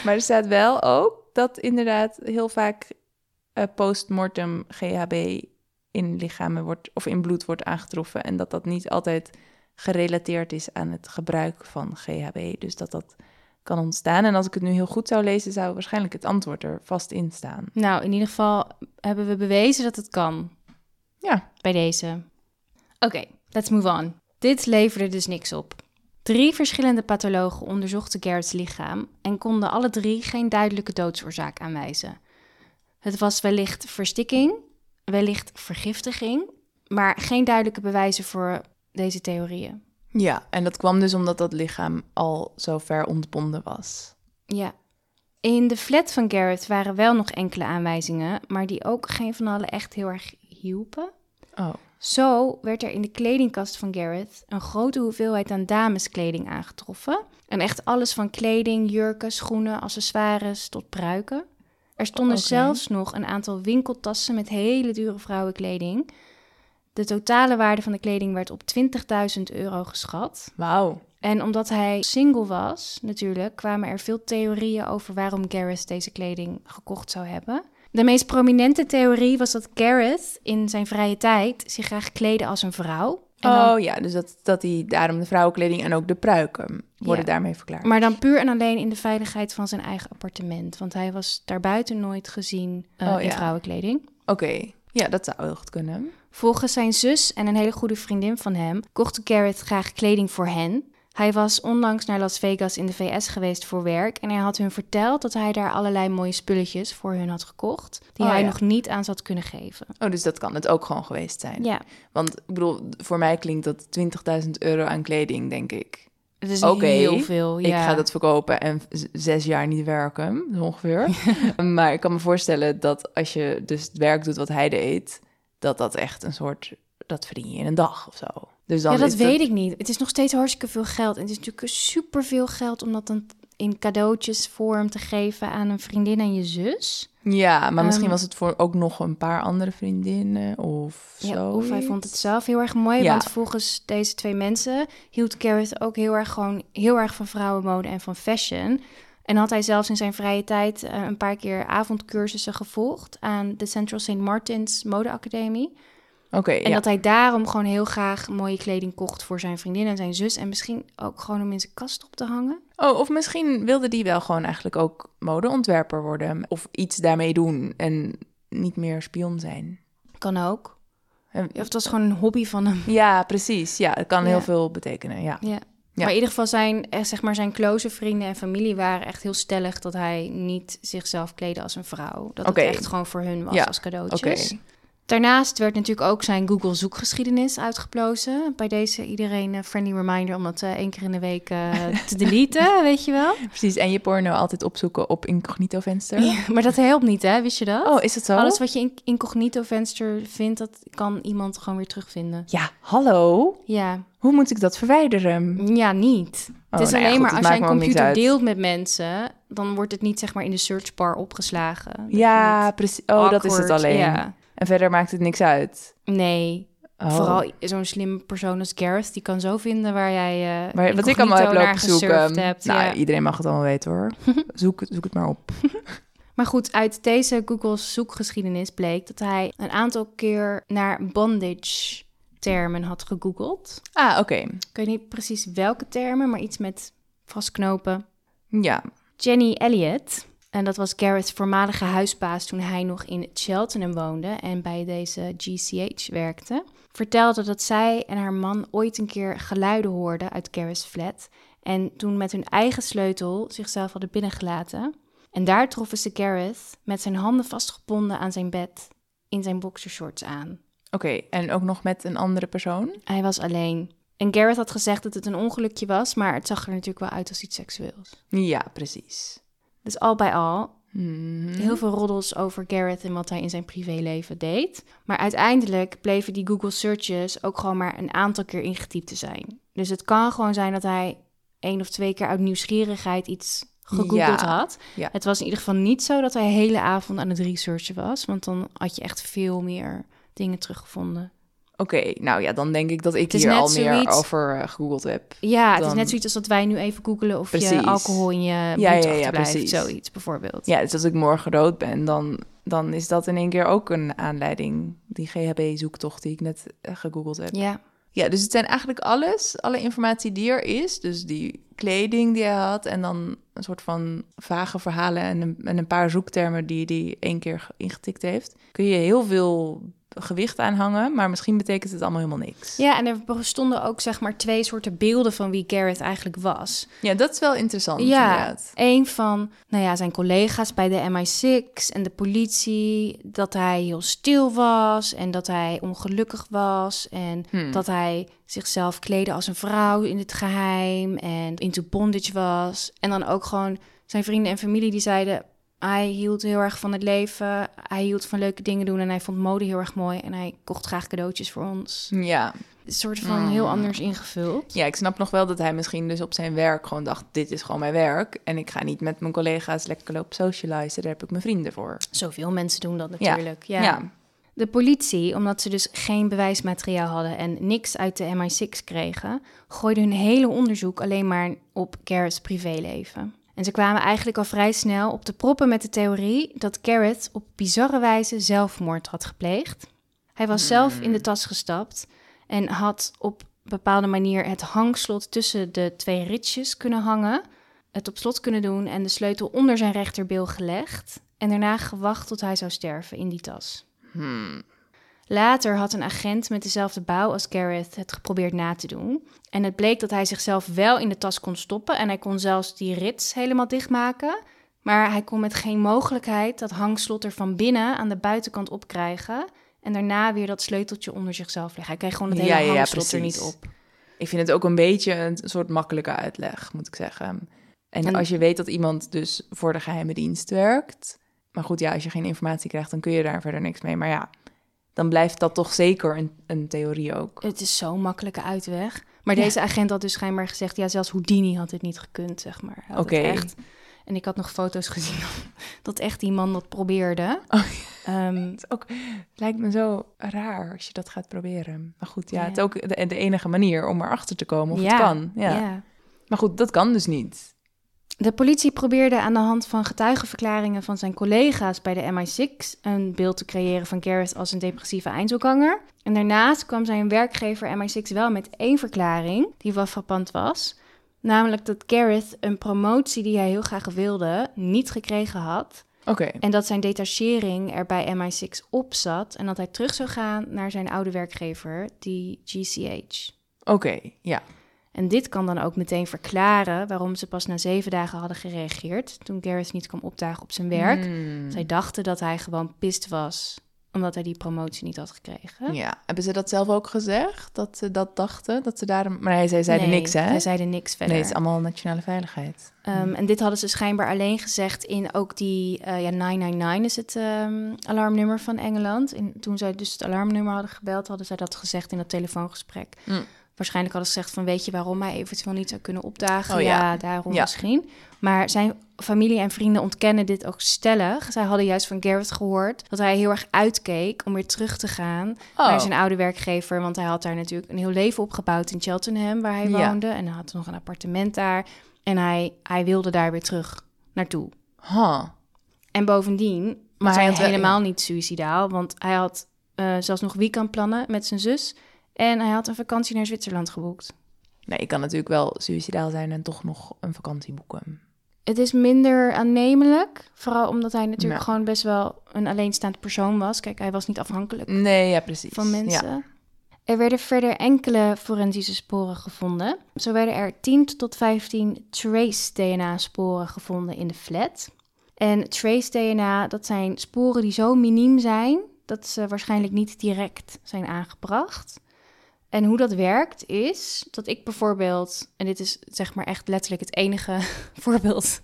S1: maar er staat wel ook dat inderdaad heel vaak eh, postmortem GHB in lichamen wordt of in bloed wordt aangetroffen. En dat dat niet altijd gerelateerd is aan het gebruik van GHB. Dus dat dat kan ontstaan. En als ik het nu heel goed zou lezen, zou waarschijnlijk het antwoord er vast in staan.
S2: Nou, in ieder geval hebben we bewezen dat het kan.
S1: Ja.
S2: Bij deze. Oké, let's move on. Dit leverde dus niks op. Drie verschillende pathologen onderzochten Garrett's lichaam en konden alle drie geen duidelijke doodsoorzaak aanwijzen. Het was wellicht verstikking, wellicht vergiftiging, maar geen duidelijke bewijzen voor deze theorieën.
S1: Ja, en dat kwam dus omdat dat lichaam al zo ver ontbonden was.
S2: Ja. In de flat van Garrett waren wel nog enkele aanwijzingen, maar die ook geen van allen echt heel erg hielpen.
S1: Oh.
S2: Zo werd er in de kledingkast van Gareth een grote hoeveelheid aan dameskleding aangetroffen. En echt alles van kleding, jurken, schoenen, accessoires tot pruiken. Er stonden
S1: Oké.
S2: zelfs nog een aantal winkeltassen met hele dure vrouwenkleding. De totale waarde van de kleding werd op 20.000 euro geschat.
S1: Wauw.
S2: En omdat hij single was, natuurlijk, kwamen er veel theorieën over waarom Gareth deze kleding gekocht zou hebben. De meest prominente theorie was dat Gareth in zijn vrije tijd zich graag kleedde als een vrouw. En dan-
S1: Oh ja, dus dat, dat die daarom de vrouwenkleding en ook de pruiken worden
S2: Ja.
S1: daarmee verklaard.
S2: Maar dan puur en alleen in de veiligheid van zijn eigen appartement. Want hij was daarbuiten nooit gezien eh,
S1: Oh,
S2: in
S1: ja.
S2: vrouwenkleding.
S1: Oké, ja, dat zou heel goed kunnen.
S2: Volgens zijn zus en een hele goede vriendin van hem kocht Gareth graag kleding voor hen. Hij was onlangs naar Las Vegas in de VS geweest voor werk en hij had hun verteld dat hij daar allerlei mooie spulletjes voor hun had gekocht die
S1: Oh,
S2: hij
S1: ja.
S2: nog niet aan ze had kunnen geven.
S1: Oh, dus dat kan het ook gewoon geweest zijn.
S2: Ja,
S1: Want ik bedoel, voor mij klinkt dat 20.000 euro aan kleding, denk ik.
S2: het is
S1: Oké,
S2: heel veel. Oh, Ja.
S1: Ik ga dat verkopen en z- zes jaar niet werken, zo ongeveer. maar ik kan me voorstellen dat als je dus het werk doet wat hij deed, dat dat echt een soort, dat verdien je in een dag of zo. Dus dan
S2: ja, dat
S1: is
S2: weet ik niet. Het is nog steeds hartstikke veel geld. En het is natuurlijk superveel geld om dat dan in cadeautjes vorm te geven aan een vriendin en je zus.
S1: Ja, maar misschien
S2: Ehm.
S1: was het voor ook nog een paar andere vriendinnen of
S2: Ja,
S1: zo.
S2: of hij vond het zelf heel erg mooi.
S1: Ja.
S2: Want volgens deze twee mensen hield Gareth ook heel erg, gewoon, heel erg van vrouwenmode en van fashion. En had hij zelfs in zijn vrije tijd eh, een paar keer avondcursussen gevolgd aan de Central St. Martins Modeacademie.
S1: Oké,
S2: En
S1: ja.
S2: dat hij daarom gewoon heel graag mooie kleding kocht voor zijn vriendin en zijn zus. En misschien ook gewoon om in zijn kast op te hangen.
S1: Oh, of misschien wilde die wel gewoon eigenlijk ook modeontwerper worden. Of iets daarmee doen en niet meer spion zijn.
S2: Kan ook.
S1: En-
S2: Of het was gewoon een hobby van hem.
S1: Ja, precies. Ja, het kan
S2: Ja.
S1: heel veel betekenen, ja.
S2: Ja.
S1: Ja.
S2: Maar in ieder geval zijn, eh, zeg maar, zijn close vrienden en familie waren echt heel stellig dat hij niet zichzelf kleedde als een vrouw. Dat
S1: Oké.
S2: het echt gewoon voor hun was
S1: Ja,
S2: als
S1: Oké.
S2: cadeautjes. Daarnaast werd natuurlijk ook zijn Google zoekgeschiedenis uitgeplozen. Bij deze iedereen een friendly reminder om dat eh, één keer in de week eh, te deleten, weet je wel.
S1: Precies, en je porno altijd opzoeken op incognito venster.
S2: Ja, maar dat helpt niet, hè? Wist je dat?
S1: Oh, is dat zo?
S2: Alles wat je in incognito venster vindt, dat kan iemand gewoon weer terugvinden.
S1: Ja, hallo?
S2: Ja,
S1: Hoe moet ik dat verwijderen?
S2: ja niet.
S1: Oh,
S2: het is
S1: nou ja, goed,
S2: alleen maar
S1: het
S2: als
S1: maakt
S2: jij een
S1: me ook niks
S2: computer
S1: uit.
S2: deelt met mensen, dan wordt het niet zeg maar in de searchbar opgeslagen. Dat je
S1: Ja,
S2: niet
S1: precies. Oh, dat is het
S2: awkward-
S1: alleen.
S2: ja.
S1: En verder maakt het niks uit.
S2: Nee,
S1: Oh.
S2: vooral zo'n slim persoon als Gareth, die kan zo vinden waar jij eh
S1: Maar wat ik allemaal heb
S2: incognito naar
S1: lopen
S2: gesurfd
S1: zoeken.
S2: hebt.
S1: nou,
S2: ja.
S1: iedereen mag het allemaal weten hoor. zoek, het- zoek het maar op.
S2: Maar goed, uit deze Google's zoekgeschiedenis bleek dat hij een aantal keer naar bondage termen had gegoogeld.
S1: Ah, oké.
S2: Ik weet niet precies welke termen, maar iets met vastknopen.
S1: Ja.
S2: Jenny Elliott. En dat was Garrett's voormalige huisbaas toen hij nog in Cheltenham woonde en bij deze GCH werkte. Vertelde dat zij en haar man ooit een keer geluiden hoorden uit Garrett's flat. En toen met hun eigen sleutel zichzelf hadden binnengelaten. En daar troffen ze Garrett met zijn handen vastgebonden aan zijn bed in zijn boxershorts aan.
S1: Oké, en ook nog met een andere persoon?
S2: Hij was alleen. En Garrett had gezegd dat het een ongelukje was, maar het zag er natuurlijk wel uit als iets seksueels.
S1: Ja, precies.
S2: Dus al bij al
S1: Hmm.
S2: Heel veel roddels over Garrett en wat hij in zijn privéleven deed. Maar uiteindelijk bleven die Google searches ook gewoon maar een aantal keer ingetypt te zijn. Dus het kan gewoon zijn dat hij één of twee keer uit nieuwsgierigheid iets gegoogeld
S1: Ja,
S2: had.
S1: ja.
S2: Het was in ieder geval niet zo dat hij de hele avond aan het researchen was. Want dan had je echt veel meer dingen teruggevonden.
S1: Oké, nou ja, dan denk ik dat ik
S2: is
S1: hier
S2: net
S1: al meer
S2: zoiets-
S1: over eh, gegoogeld heb.
S2: Ja, het is
S1: Dan-
S2: net zoiets als dat wij nu even googelen of je
S1: Precies.
S2: alcohol in je bloed
S1: ja, ja,
S2: achterblijft.
S1: precies.
S2: Zoiets bijvoorbeeld.
S1: Ja, dus als ik morgen rood ben, dan, dan is dat in één keer ook een aanleiding. Die GHB-zoektocht die ik net eh, gegoogeld heb. Ja.
S2: ja.
S1: dus het zijn eigenlijk alles, alle informatie die er is. Dus die kleding die hij had en dan een soort van vage verhalen en een, en een paar zoektermen die hij één keer ge- ingetikt heeft. Kun je heel veel gewicht aan hangen, maar misschien betekent het allemaal helemaal niks.
S2: Ja, en er bestonden ook zeg maar twee soorten beelden van wie Garrett eigenlijk was.
S1: Ja, dat is wel interessant
S2: ja,
S1: Oh, inderdaad.
S2: een van nou ja, zijn collega's bij de MI6 en de politie, dat hij heel stil was en dat hij ongelukkig was en dat hij zichzelf kleedde als een vrouw in het geheim en into bondage was. En dan ook gewoon zijn vrienden en familie die zeiden, hij hield heel erg van het leven, hij hield van leuke dingen doen en hij vond mode heel erg mooi en hij kocht graag cadeautjes voor ons
S1: Ja.
S2: een soort van heel anders ingevuld.
S1: Ja, ik snap nog wel dat hij misschien dus op zijn werk gewoon dacht... dit is gewoon mijn werk en ik ga niet met mijn collega's lekker lopen socializen. Daar heb ik mijn vrienden voor.
S2: Zoveel mensen doen dat natuurlijk. Ja.
S1: ja.
S2: De politie, omdat ze dus geen bewijsmateriaal hadden en niks uit de MI6 kregen, gooide hun hele onderzoek alleen maar op Garrett's privéleven. En ze kwamen eigenlijk al vrij snel op de proppen met de theorie dat Garrett op bizarre wijze zelfmoord had gepleegd. Hij was zelf in de tas gestapt en had op bepaalde manier het hangslot tussen de twee ritsjes kunnen hangen, het op slot kunnen doen en de sleutel onder zijn rechterbil gelegd en daarna gewacht tot hij zou sterven in die tas.
S1: Hmm.
S2: Later had een agent met dezelfde bouw als Gareth het geprobeerd na te doen. En het bleek dat hij zichzelf wel in de tas kon stoppen en hij kon zelfs die rits helemaal dichtmaken. Maar hij kon met geen mogelijkheid dat hangslot er van binnen aan de buitenkant opkrijgen. En daarna weer dat sleuteltje onder zichzelf leggen. Hij kreeg gewoon het hele
S1: Ja, ja, ja,
S2: hangslot er niet
S1: precies.
S2: op.
S1: Ik vind het ook een beetje een soort makkelijke uitleg, moet ik zeggen. En,
S2: En-
S1: als je weet dat iemand dus voor de geheime dienst werkt... maar goed, ja, als je geen informatie krijgt, dan kun je daar verder niks mee. Maar ja, dan blijft dat toch zeker een, een theorie ook.
S2: Het is zo'n makkelijke uitweg. Maar
S1: Ja.
S2: deze agent had dus schijnbaar gezegd... ja, zelfs Houdini had dit niet gekund, zeg maar. Hij had het
S1: Oké.
S2: echt- En ik had nog foto's gezien dat echt die man dat probeerde.
S1: Oh,
S2: Ehm,
S1: Het ook, lijkt me zo raar als je dat gaat proberen. Maar goed, ja,
S2: Ja.
S1: het is ook de, de enige manier om erachter te komen of
S2: Ja,
S1: het kan. ja.
S2: ja.
S1: Maar goed, dat kan dus niet.
S2: De politie probeerde aan de hand van getuigenverklaringen van zijn collega's bij de MI6 een beeld te creëren van Gareth als een depressieve eindselganger. En daarnaast kwam zijn werkgever MI6 wel met één verklaring die wel frappant was. Namelijk dat Gareth een promotie die hij heel graag wilde niet gekregen had.
S1: Oké.
S2: En dat zijn detachering er bij MI6 op zat. En dat hij terug zou gaan naar zijn oude werkgever, die GCH.
S1: Oké, ja.
S2: En dit kan dan ook meteen verklaren waarom ze pas na zeven dagen hadden gereageerd toen Gareth niet kwam opdagen op zijn werk.
S1: Hmm.
S2: Zij dachten dat hij gewoon pist was omdat hij die promotie niet had gekregen.
S1: Ja. Hebben ze dat zelf ook gezegd? Dat ze dat dachten? Dat ze daarom... Maar nee, zij zeiden
S2: Nee,
S1: niks, hè?
S2: Zij zeiden niks verder.
S1: Nee, het is allemaal nationale veiligheid.
S2: Ehm, en dit hadden ze schijnbaar alleen gezegd in ook die eh, ja, 999 is het ehm, alarmnummer van Engeland. En toen zij dus het alarmnummer hadden gebeld, hadden zij dat gezegd in dat telefoongesprek.
S1: Mm.
S2: Waarschijnlijk hadden ze gezegd van weet je waarom hij eventueel niet zou kunnen opdagen.
S1: Oh,
S2: ja.
S1: ja.
S2: daarom
S1: Ja.
S2: misschien. Maar zijn familie en vrienden ontkennen dit ook stellig. Zij hadden juist van Garrett gehoord dat hij heel erg uitkeek om weer terug te gaan
S1: Oh.
S2: naar zijn oude werkgever. Want hij had daar natuurlijk een heel leven opgebouwd in Cheltenham, waar hij
S1: Ja.
S2: woonde. En hij had nog een appartement daar. En hij, hij wilde daar weer terug naartoe.
S1: Huh.
S2: En bovendien was
S1: hij
S2: hij
S1: had wel-
S2: helemaal niet suicidaal. Want hij had eh, zelfs nog weekendplannen met zijn zus. En hij had een vakantie naar Zwitserland geboekt.
S1: Nee, ik kan natuurlijk wel suicidaal zijn en toch nog een vakantie boeken.
S2: Het is minder aannemelijk, vooral omdat hij natuurlijk
S1: Ja.
S2: gewoon best wel een alleenstaand persoon was. Kijk, hij was niet afhankelijk
S1: Nee, ja, precies.
S2: van
S1: Ja.
S2: mensen. Er werden verder enkele forensische sporen gevonden. Zo werden er 10 tot 15 trace DNA-sporen gevonden in de flat. En trace DNA, dat zijn sporen die zo miniem zijn dat ze waarschijnlijk niet direct zijn aangebracht. En hoe dat werkt is dat ik bijvoorbeeld, en dit is zeg maar echt letterlijk het enige voorbeeld.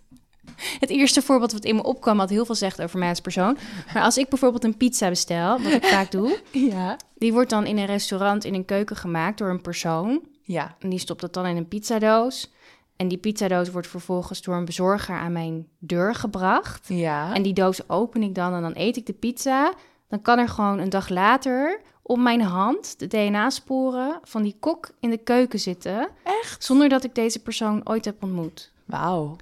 S2: Het eerste voorbeeld wat in me opkwam had heel veel zegt over mij als persoon. Maar als ik bijvoorbeeld een pizza bestel, wat ik vaak doe,
S1: Ja.
S2: die wordt dan in een restaurant in een keuken gemaakt door een persoon.
S1: Ja.
S2: En die stopt dat dan in een pizzadoos. En die pizzadoos wordt vervolgens door een bezorger aan mijn deur gebracht.
S1: Ja.
S2: En die doos open ik dan en dan eet ik de pizza. Dan kan er gewoon een dag later op mijn hand de DNA-sporen van die kok in de keuken zitten.
S1: Echt?
S2: Zonder dat ik deze persoon ooit heb ontmoet.
S1: Wauw.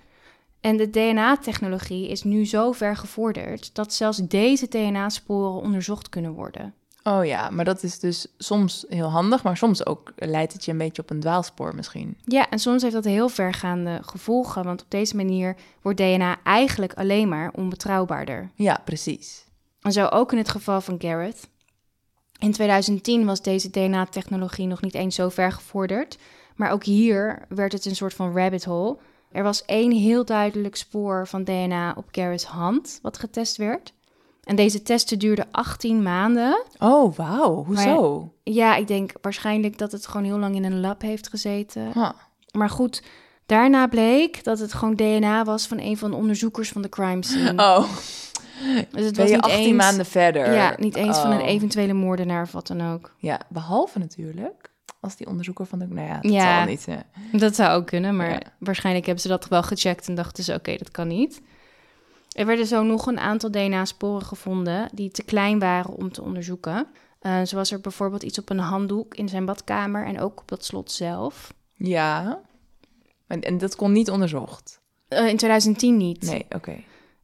S2: En de DNA-technologie is nu zo ver gevorderd dat zelfs deze DNA-sporen onderzocht kunnen worden.
S1: Oh ja, maar dat is dus soms heel handig, maar soms ook leidt het je een beetje op een dwaalspoor misschien.
S2: Ja, en soms heeft dat heel vergaande gevolgen, want op deze manier wordt DNA eigenlijk alleen maar onbetrouwbaarder.
S1: Ja, precies.
S2: En zo ook in het geval van Garrett. In 2010 was deze DNA-technologie nog niet eens zo ver gevorderd, maar ook hier werd het een soort van rabbit hole. Er was één heel duidelijk spoor van DNA op Garrett's hand wat getest werd. En deze testen duurden 18 maanden.
S1: Oh, wauw. Hoezo?
S2: Ja, ik denk waarschijnlijk dat het gewoon heel lang in een lab heeft gezeten.
S1: Ah,
S2: Maar goed, daarna bleek dat het gewoon DNA was van een van de onderzoekers van de crime scene.
S1: Oh,
S2: dus
S1: ben
S2: het was
S1: je
S2: niet
S1: 18
S2: eens,
S1: maanden verder?
S2: Ja, niet eens van een
S1: Oh.
S2: eventuele moordenaar of wat dan ook.
S1: Ja, behalve natuurlijk als die onderzoeker van de... Nou ja, dat
S2: Ja.
S1: zal niet. hè.
S2: Dat zou ook kunnen, maar
S1: Ja.
S2: waarschijnlijk hebben ze dat wel gecheckt en dachten ze: oké, dat kan niet. Er werden zo nog een aantal DNA-sporen gevonden die te klein waren om te onderzoeken. Eh, zo was er bijvoorbeeld iets op een handdoek in zijn badkamer en ook op dat slot zelf.
S1: Ja. En, en dat kon niet onderzocht?
S2: Eh, in 2010 niet.
S1: Nee, oké.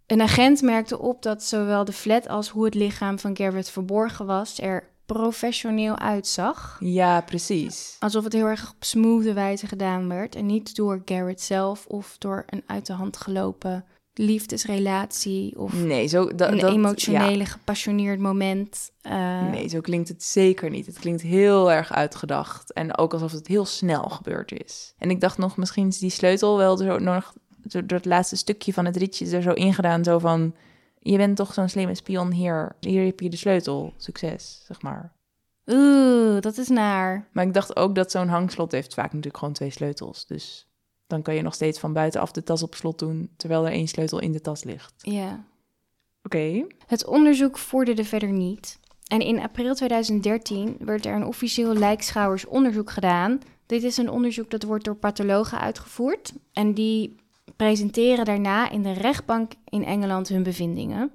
S2: Een agent merkte op dat zowel de flat als hoe het lichaam van Garrett verborgen was er professioneel uitzag.
S1: Ja, precies.
S2: Alsof het heel erg op smoothe wijze gedaan werd en niet door Garrett zelf of door een uit de hand gelopen liefdesrelatie of
S1: Nee, zo... Dat,
S2: een
S1: dat,
S2: emotionele, gepassioneerd moment. Eh,
S1: ja. Nee, zo klinkt het zeker niet. Het klinkt heel erg uitgedacht. En ook alsof het heel snel gebeurd is. En ik dacht nog, misschien is die sleutel wel zo nog... zo Door het laatste stukje van het rietje er zo ingedaan. Zo van, je bent toch zo'n slimme spion hier. Hier heb je de sleutel. Succes, zeg maar.
S2: Oeh, dat is naar.
S1: Maar ik dacht ook dat zo'n hangslot heeft vaak natuurlijk gewoon twee sleutels. Dus dan kan je nog steeds van buitenaf de tas op slot doen, terwijl er één sleutel in de tas ligt.
S2: Ja.
S1: Oké.
S2: Het onderzoek vorderde verder niet. En in april 2013 werd er een officieel lijkschouwersonderzoek gedaan. Dit is een onderzoek dat wordt door pathologen uitgevoerd. En die presenteren daarna in de rechtbank in Engeland hun bevindingen.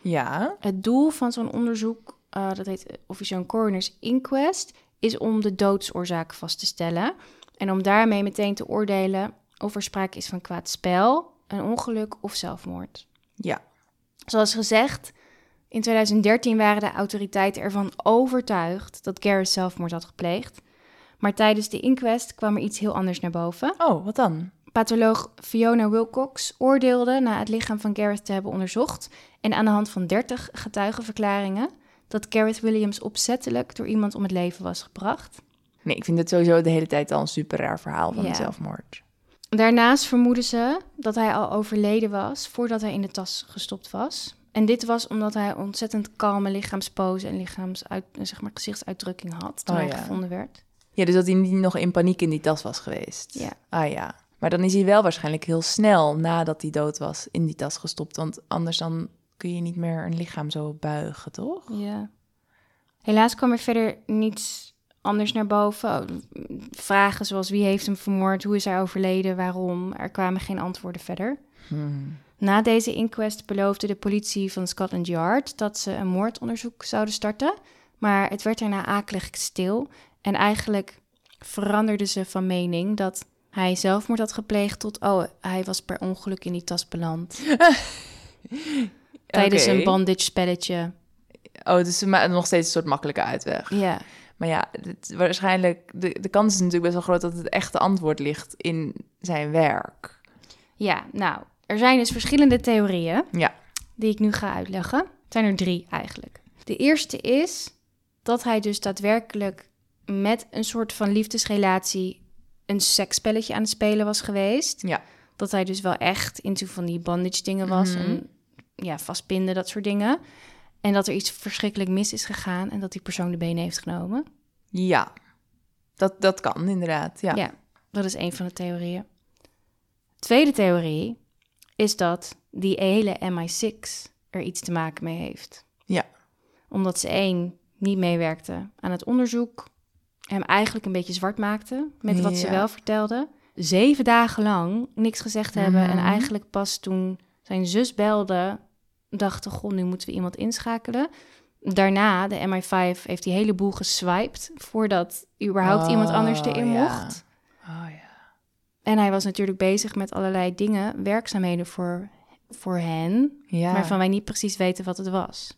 S1: Ja.
S2: Het doel van zo'n onderzoek, eh, dat heet eh, officieel een coroner's inquest, is om de doodsoorzaak vast te stellen. En om daarmee meteen te oordelen of er sprake is van kwaad spel, een ongeluk of zelfmoord.
S1: Ja.
S2: Zoals gezegd, in 2013 waren de autoriteiten ervan overtuigd dat Garrett zelfmoord had gepleegd. Maar tijdens de inquest kwam er iets heel anders naar boven.
S1: Oh, wat dan?
S2: Patholoog Fiona Wilcox oordeelde na het lichaam van Garrett te hebben onderzocht en aan de hand van 30 getuigenverklaringen dat Garrett Williams opzettelijk door iemand om het leven was gebracht.
S1: Nee, ik vind het sowieso de hele tijd al een super raar verhaal van
S2: Ja.
S1: een zelfmoord.
S2: Daarnaast vermoeden ze dat hij al overleden was voordat hij in de tas gestopt was. En dit was omdat hij ontzettend kalme lichaamspose en lichaamsuit, zeg maar, gezichtsuitdrukking had toen
S1: Oh,
S2: hij
S1: ja.
S2: gevonden werd.
S1: Ja, dus dat hij niet nog in paniek in die tas was geweest.
S2: Ja.
S1: Ah ja. Maar dan is hij wel waarschijnlijk heel snel nadat hij dood was in die tas gestopt. Want anders dan kun je niet meer een lichaam zo buigen, toch?
S2: Ja. Helaas kwam er verder niets anders naar boven. Oh, Vragen zoals wie heeft hem vermoord, hoe is hij overleden, waarom. Er kwamen geen antwoorden verder.
S1: Hmm.
S2: Na deze inquest beloofde de politie van Scotland Yard dat ze een moordonderzoek zouden starten. Maar het werd daarna akelig stil. En eigenlijk veranderden ze van mening dat hij zelfmoord had gepleegd tot... oh, hij was per ongeluk in die tas beland. Tijdens
S1: Oké.
S2: een bandage spelletje.
S1: Oh, dus maar nog steeds een soort makkelijke uitweg.
S2: Ja.
S1: Maar ja, het- waarschijnlijk, de, de kans is natuurlijk best wel groot dat het echte antwoord ligt in zijn werk.
S2: Ja, nou, er zijn dus verschillende theorieën
S1: Ja.
S2: die ik nu ga uitleggen. Het zijn er drie eigenlijk. De eerste is dat hij dus daadwerkelijk met een soort van liefdesrelatie een seksspelletje aan het spelen was geweest.
S1: Ja.
S2: Dat hij dus wel echt into van die bandage dingen was
S1: Mhm.
S2: en ja, vastbinden, dat soort dingen. En dat er iets verschrikkelijk mis is gegaan en dat die persoon de benen heeft genomen.
S1: Ja, dat, dat kan inderdaad. Ja.
S2: Ja. Dat is een van de theorieën. Tweede theorie is dat die hele MI6 er iets te maken mee heeft.
S1: Ja.
S2: Omdat ze één niet meewerkte aan het onderzoek, hem eigenlijk een beetje zwart maakte met wat ze
S1: Ja.
S2: wel vertelde. Zeven dagen lang niks gezegd hebben en
S1: Mhm.
S2: eigenlijk pas toen zijn zus belde, dachten, goh, nu moeten we iemand inschakelen. Daarna, de MI5 heeft die hele boel geswiped voordat überhaupt iemand anders
S1: Oh,
S2: erin
S1: ja.
S2: mocht.
S1: Oh ja.
S2: En hij was natuurlijk bezig met allerlei dingen, werkzaamheden voor, voor hen,
S1: ja.
S2: waarvan wij niet precies weten wat het was.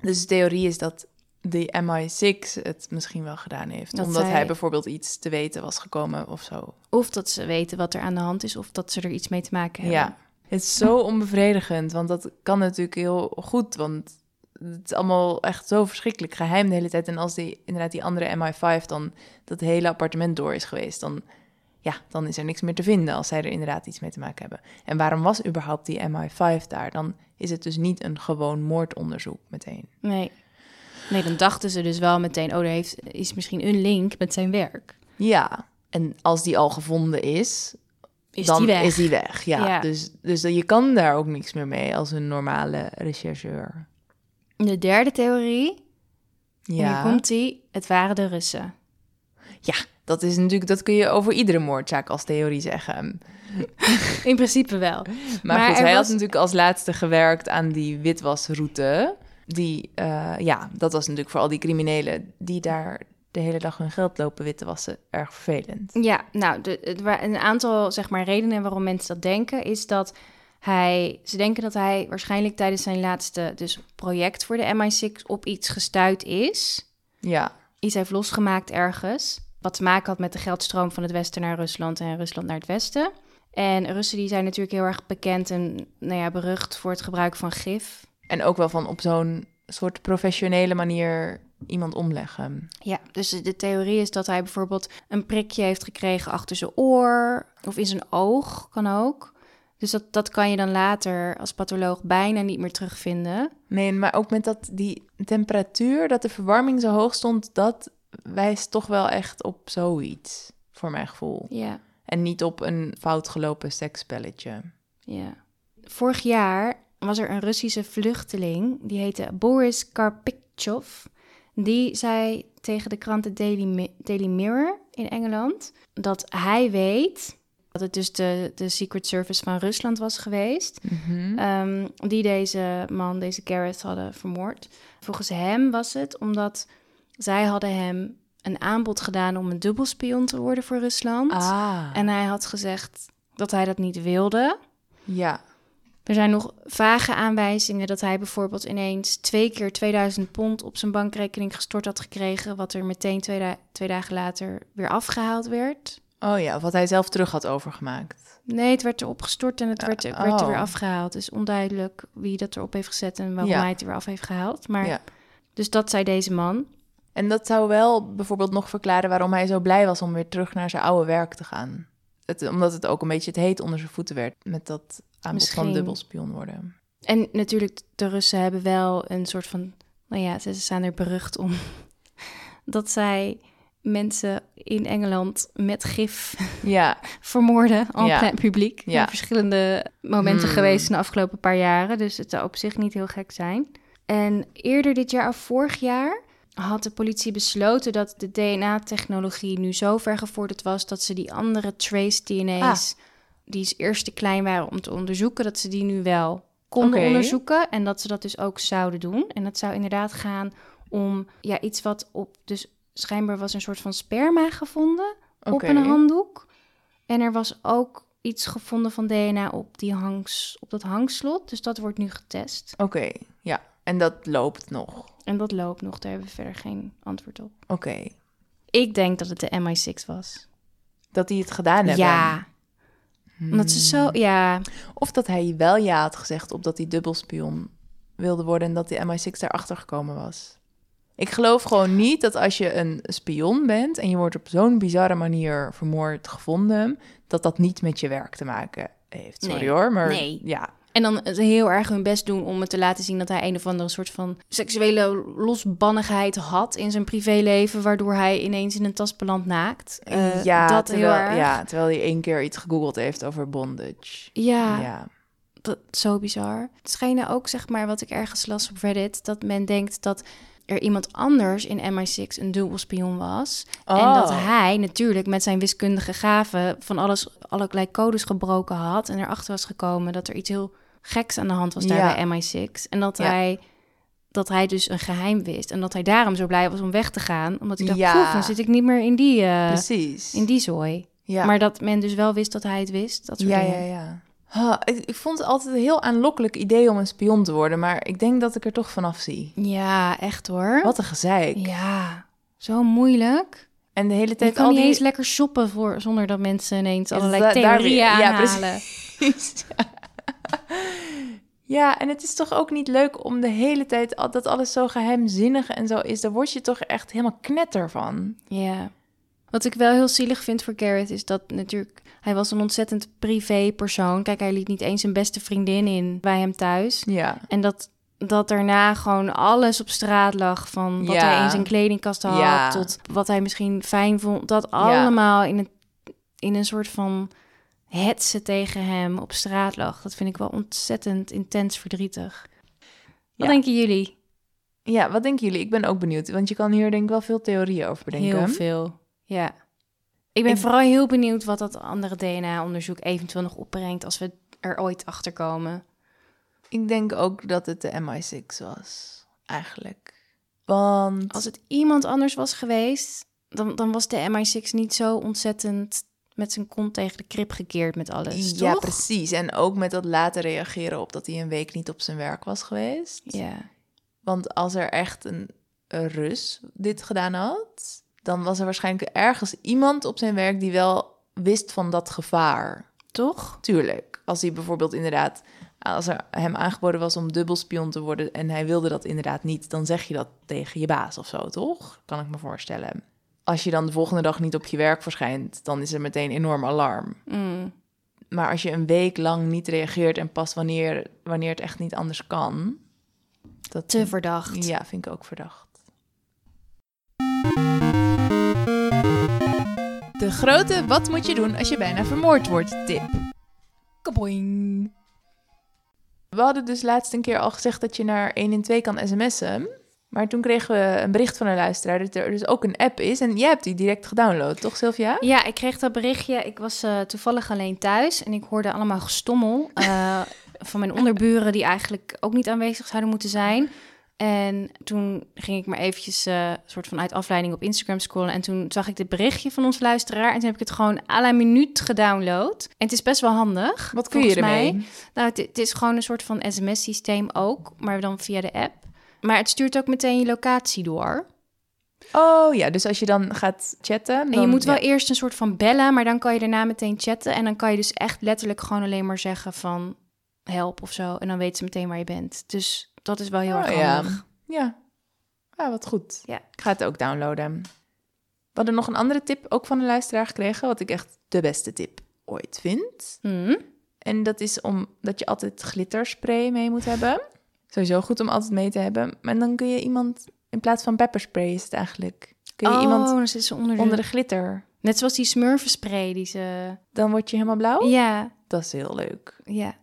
S1: Dus de theorie is dat de MI6 het misschien wel gedaan heeft.
S2: Dat
S1: omdat
S2: zij-
S1: hij bijvoorbeeld iets te weten was gekomen of zo.
S2: Of dat ze weten wat er aan de hand is, of dat ze er iets mee te maken hebben.
S1: Ja. Het is zo onbevredigend, want dat kan natuurlijk heel goed. Want het is allemaal echt zo verschrikkelijk geheim de hele tijd. En als die, inderdaad die andere MI5 dan dat hele appartement door is geweest... dan, ja, dan is er niks meer te vinden als zij er inderdaad iets mee te maken hebben. En waarom was überhaupt die MI5 daar? Dan is het dus niet een gewoon moordonderzoek meteen.
S2: Nee. nee, dan dachten ze dus wel meteen, oh, er heeft, is misschien een link met zijn werk.
S1: Ja, en als die al gevonden is,
S2: Is
S1: dan
S2: die weg?
S1: is die weg. Ja,
S2: Ja.
S1: Dus, dus je kan daar ook niks meer mee als een normale rechercheur.
S2: De derde theorie, ja. en
S1: Ja,
S2: hier komt die, het waren de Russen.
S1: ja dat, is natuurlijk, dat kun je over iedere moordzaak als theorie zeggen.
S2: In principe wel.
S1: Maar,
S2: Maar
S1: goed,
S2: er
S1: hij had
S2: was-
S1: natuurlijk als laatste gewerkt aan die witwasroute. Die, eh, ja, dat was natuurlijk voor al die criminelen die daar de hele dag hun geld lopen wit te wassen erg vervelend.
S2: Ja, nou, de, het wa- een aantal zeg maar, redenen waarom mensen dat denken is dat hij, ze denken dat hij waarschijnlijk tijdens zijn laatste dus project voor de MI6 op iets gestuurd is.
S1: Ja,
S2: Iets heeft losgemaakt ergens, wat te maken had met de geldstroom van het westen naar Rusland en Rusland naar het westen. En Russen die zijn natuurlijk heel erg bekend en nou ja, berucht voor het gebruik van gif.
S1: en ook wel van op zo'n soort professionele manier iemand omleggen.
S2: Ja, dus de theorie is dat hij bijvoorbeeld een prikje heeft gekregen achter zijn oor of in zijn oog, kan ook. Dus dat, dat kan je dan later als patholoog bijna niet meer terugvinden.
S1: Nee, maar ook met dat die temperatuur, dat de verwarming zo hoog stond, dat wijst toch wel echt op zoiets, voor mijn gevoel.
S2: Ja,
S1: En niet op een fout gelopen seksspelletje.
S2: ja. Vorig jaar was er een Russische vluchteling, die heette Boris Karpikchov. Die zei tegen de krant de Daily, Mi- Daily Mirror in Engeland dat hij weet dat het dus de, de Secret Service van Rusland was geweest.
S1: Hm.
S2: Ehm, die deze man, deze Gareth, hadden vermoord. Volgens hem was het omdat zij hadden hem een aanbod gedaan om een dubbelspion te worden voor Rusland.
S1: Ah,
S2: En hij had gezegd dat hij dat niet wilde.
S1: ja.
S2: Er zijn nog vage aanwijzingen dat hij bijvoorbeeld ineens twee keer 2000 pond op zijn bankrekening gestort had gekregen, wat er meteen twee, da- twee dagen later weer afgehaald werd.
S1: Oh ja, wat hij zelf terug had overgemaakt.
S2: Nee, het werd erop gestort en het werd,
S1: Eh,
S2: werd er
S1: oh.
S2: weer afgehaald. Dus onduidelijk wie dat erop heeft gezet en waarom
S1: Ja.
S2: hij het er weer af heeft gehaald. Maar
S1: Ja.
S2: dus dat zei deze man.
S1: En dat zou wel bijvoorbeeld nog verklaren waarom hij zo blij was om weer terug naar zijn oude werk te gaan. Het, omdat het ook een beetje het heet onder zijn voeten werd met dat aanbod
S2: Misschien.
S1: van dubbelspion worden.
S2: En natuurlijk, de Russen hebben wel een soort van. Nou ja, ze staan er berucht om. Dat zij mensen in Engeland met gif
S1: Ja,
S2: vermoorden. Al
S1: Ja.
S2: plein publiek.
S1: Ja.
S2: Er verschillende momenten
S1: Hmm.
S2: geweest in de afgelopen paar jaren. Dus het zou op zich niet heel gek zijn. En eerder dit jaar of vorig jaar had de politie besloten dat de DNA-technologie nu zo ver gevorderd was dat ze die andere trace DNA's,
S1: Ah.
S2: die eerst te klein waren om te onderzoeken, dat ze die nu wel konden
S1: Oké.
S2: onderzoeken en dat ze dat dus ook zouden doen. En dat zou inderdaad gaan om ja, iets wat op, dus schijnbaar was een soort van sperma gevonden
S1: oké.
S2: op een handdoek. En er was ook iets gevonden van DNA op, die hangs, op dat hangslot. Dus dat wordt nu getest.
S1: Oké, ja. En dat loopt nog.
S2: En dat loopt nog, daar hebben we verder geen antwoord op.
S1: Oké.
S2: Ik denk dat het de MI6 was.
S1: Dat hij het gedaan hebben.
S2: Ja. Omdat ze zo...
S1: Hmm.
S2: Ja,
S1: Of dat hij wel ja had gezegd op dat hij dubbelspion wilde worden en dat die MI6 daarachter gekomen was. Ik geloof gewoon niet dat als je een spion bent en je wordt op zo'n bizarre manier vermoord gevonden, dat dat niet met je werk te maken heeft. Sorry
S2: Nee.
S1: hoor, maar
S2: Nee.
S1: ja.
S2: En dan het heel erg hun best doen om het te laten zien dat hij een of andere soort van seksuele losbannigheid had in zijn privéleven, waardoor hij ineens in een tas belandt naakt. Eh,
S1: ja,
S2: dat
S1: terwijl,
S2: heel erg.
S1: ja, terwijl hij één keer iets gegoogeld heeft over bondage.
S2: Ja,
S1: ja.
S2: Dat, zo bizar. Het schijnen ook, zeg maar, wat ik ergens las op Reddit, dat men denkt dat er iemand anders in MI6 een dubbelspion was. En dat
S1: Oh.
S2: hij natuurlijk met zijn wiskundige gaven van alles, allerlei codes gebroken had. En erachter was gekomen dat er iets heel geks aan de hand was daar
S1: Ja.
S2: bij MI6. En dat,
S1: Ja.
S2: hij, dat hij dus een geheim wist. En dat hij daarom zo blij was om weg te gaan. Omdat hij dacht,
S1: Ja.
S2: "Poef, dan zit ik niet meer in die, eh,
S1: Precies.
S2: in die zooi.
S1: ja.
S2: Maar dat men dus wel wist dat hij het wist. Dat soort
S1: Ja,
S2: dingen.
S1: ja, ja. Ha, ik, ik vond het altijd een heel aanlokkelijk idee om een spion te worden, maar ik denk dat ik er toch vanaf zie.
S2: Ja, echt hoor.
S1: Wat een gezeik.
S2: Ja, zo moeilijk.
S1: En de hele
S2: Je
S1: tijd
S2: kan
S1: al
S2: niet
S1: die...
S2: eens lekker shoppen voor, zonder dat mensen ineens
S1: Is
S2: allerlei
S1: dat- daar
S2: theorieën
S1: weer- ja, precies.
S2: aanhalen.
S1: ja, en het is toch ook niet leuk om de hele tijd al, dat alles zo geheimzinnig en zo is. Daar word je toch echt helemaal knetter van.
S2: Ja. Wat ik wel heel zielig vind voor Garrett is dat natuurlijk... Hij was een ontzettend privé persoon. Kijk, hij liet niet eens zijn beste vriendin in bij hem thuis.
S1: Ja.
S2: En dat, dat daarna gewoon alles op straat lag. Van wat
S1: Ja.
S2: hij in zijn kledingkast had
S1: Ja.
S2: tot wat hij misschien fijn vond. Dat allemaal in, een, in een soort van hetsen tegen hem op straat lag. Dat vind ik wel ontzettend intens verdrietig. Wat
S1: Ja.
S2: denken jullie?
S1: Ja, wat denken jullie? Ik ben ook benieuwd, want je kan hier denk ik wel veel theorieën over bedenken.
S2: Heel veel. Ja. Ik ben
S1: Ik-
S2: vooral heel benieuwd wat dat andere DNA-onderzoek eventueel nog opbrengt als we er ooit achter komen.
S1: Ik denk ook dat het de MI6 was, eigenlijk. Want...
S2: Als het iemand anders was geweest, dan, dan was de MI6 niet zo ontzettend met zijn kont tegen de krip gekeerd met alles.
S1: Ja,
S2: toch?
S1: precies. En ook met dat later reageren op dat hij een week niet op zijn werk was geweest.
S2: Ja.
S1: Want als er echt een, een Rus dit gedaan had, dan was er waarschijnlijk ergens iemand op zijn werk die wel wist van dat gevaar.
S2: Toch?
S1: Tuurlijk. Als hij bijvoorbeeld inderdaad, als er hem aangeboden was om dubbelspion te worden en hij wilde dat inderdaad niet, dan zeg je dat tegen je baas of zo, toch? Kan ik me voorstellen. Als je dan de volgende dag niet op je werk verschijnt, dan is er meteen enorm alarm.
S2: Mm.
S1: Maar als je een week lang niet reageert en pas wanneer, wanneer het echt niet anders kan. Dat
S2: Te verdacht.
S1: Ja, vind ik ook verdacht. De grote wat moet je doen als je bijna vermoord wordt tip. Kaboing. We hadden dus laatst een keer al gezegd dat je naar 112 kan sms'en. Maar toen kregen we een bericht van een luisteraar dat er dus ook een app is. En jij hebt die direct gedownload, toch Sylvia?
S2: Ja, ik kreeg dat berichtje. Ik was eh, toevallig alleen thuis en ik hoorde allemaal gestommel eh, van mijn onderburen die eigenlijk ook niet aanwezig zouden moeten zijn. En toen ging ik maar eventjes eh soort van uit afleiding op Instagram scrollen. En toen zag ik dit berichtje van ons luisteraar. En toen heb ik het gewoon à la minuut gedownload. En het is best wel handig.
S1: Wat kun je
S2: volgens mij.
S1: ermee?
S2: Nou, het, het is gewoon een soort van sms-systeem ook, maar dan via de app. Maar het stuurt ook meteen je locatie door.
S1: Oh ja, dus als je dan gaat chatten.
S2: En je
S1: dan-
S2: moet wel
S1: ja.
S2: eerst een soort van bellen, maar dan kan je daarna meteen chatten. En dan kan je dus echt letterlijk gewoon alleen maar zeggen van help of zo. En dan weet ze meteen waar je bent. Dus dat is wel heel
S1: Oh,
S2: erg
S1: ja.
S2: handig.
S1: Ja. ja, wat goed.
S2: Ja.
S1: Ik ga het ook downloaden. We hadden nog een andere tip ook van een luisteraar gekregen, wat ik echt de beste tip ooit vind.
S2: Hm?
S1: En dat is om dat je altijd glitterspray mee moet hebben. Sowieso goed om altijd mee te hebben. Maar dan kun je iemand, in plaats van pepperspray is het eigenlijk, kun je
S2: oh,
S1: iemand
S2: dan zit ze onder de...
S1: onder de glitter.
S2: Net zoals die smurfenspray die ze...
S1: Dan word je helemaal blauw.
S2: Ja,
S1: Dat is heel leuk.
S2: ja.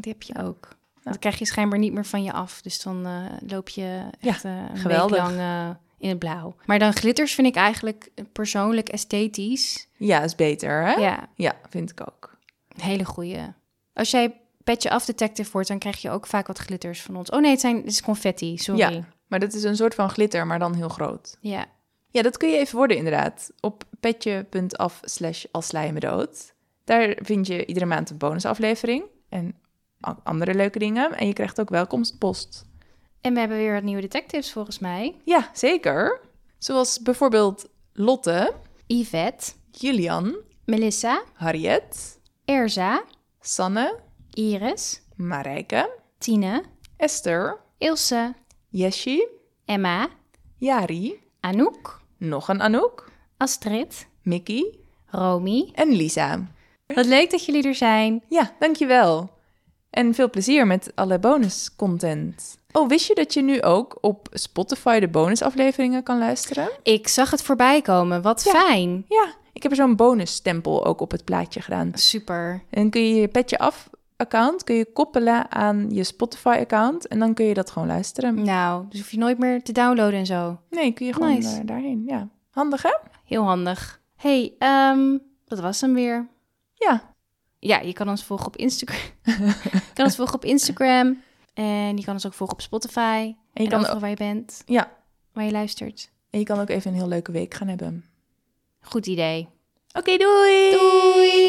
S2: Die heb je ook. Dat krijg je schijnbaar niet meer van je af. Dus dan eh, loop je echt eh, een
S1: geweldig.
S2: week lang eh, in het blauw. Maar dan glitters vind ik eigenlijk persoonlijk esthetisch.
S1: Ja, is beter, hè?
S2: Ja,
S1: ja vind ik ook.
S2: Een hele goeie. Als jij petje af detective wordt, dan krijg je ook vaak wat glitters van ons. Oh nee, het, zijn, het is confetti, sorry.
S1: Ja. Maar dat is een soort van glitter, maar dan heel groot.
S2: ja.
S1: Ja, dat kun je even worden inderdaad. Op petje.af slash als sla je me dood. Daar vind je iedere maand een bonusaflevering en a- andere leuke dingen. En je krijgt ook welkomstpost.
S2: En we hebben weer wat nieuwe detectives volgens mij.
S1: Ja, zeker. Zoals bijvoorbeeld Lotte,
S2: Yvette,
S1: Julian,
S2: Melissa,
S1: Harriet,
S2: Erza,
S1: Sanne,
S2: Iris,
S1: Marijke,
S2: Tine,
S1: Esther,
S2: Ilse,
S1: Yeshi,
S2: Emma,
S1: Jari,
S2: Anouk,
S1: nog een Anouk,
S2: Astrid,
S1: Mickey
S2: Romy.
S1: en Lisa.
S2: Wat leuk dat jullie er zijn.
S1: Ja, dankjewel. En veel plezier met alle bonuscontent. Oh, wist je dat je nu ook op Spotify de bonusafleveringen kan luisteren?
S2: Ik zag het voorbij komen. Wat
S1: Ja.
S2: fijn.
S1: Ja, ik heb er zo'n bonusstempel ook op het plaatje gedaan.
S2: Super.
S1: En kun je je Petje Af account kun je koppelen aan je Spotify account en dan kun je dat gewoon luisteren.
S2: Nou, dus hoef je nooit meer te downloaden en zo.
S1: Nee, kun je gewoon
S2: Nice.
S1: eh, daarheen. Ja, handig hè?
S2: Heel handig. hey, ehm, dat was hem weer.
S1: Ja,
S2: Ja, je kan ons volgen op Instagram. je kan ons volgen op Instagram. En je kan ons ook volgen op Spotify.
S1: en
S2: Je
S1: je,
S2: en kan
S1: kan
S2: overal
S1: ook,
S2: waar je bent.
S1: Ja.
S2: Waar je luistert.
S1: en je kan ook even een heel leuke week gaan hebben.
S2: Goed idee.
S1: Oké, doei! Doei!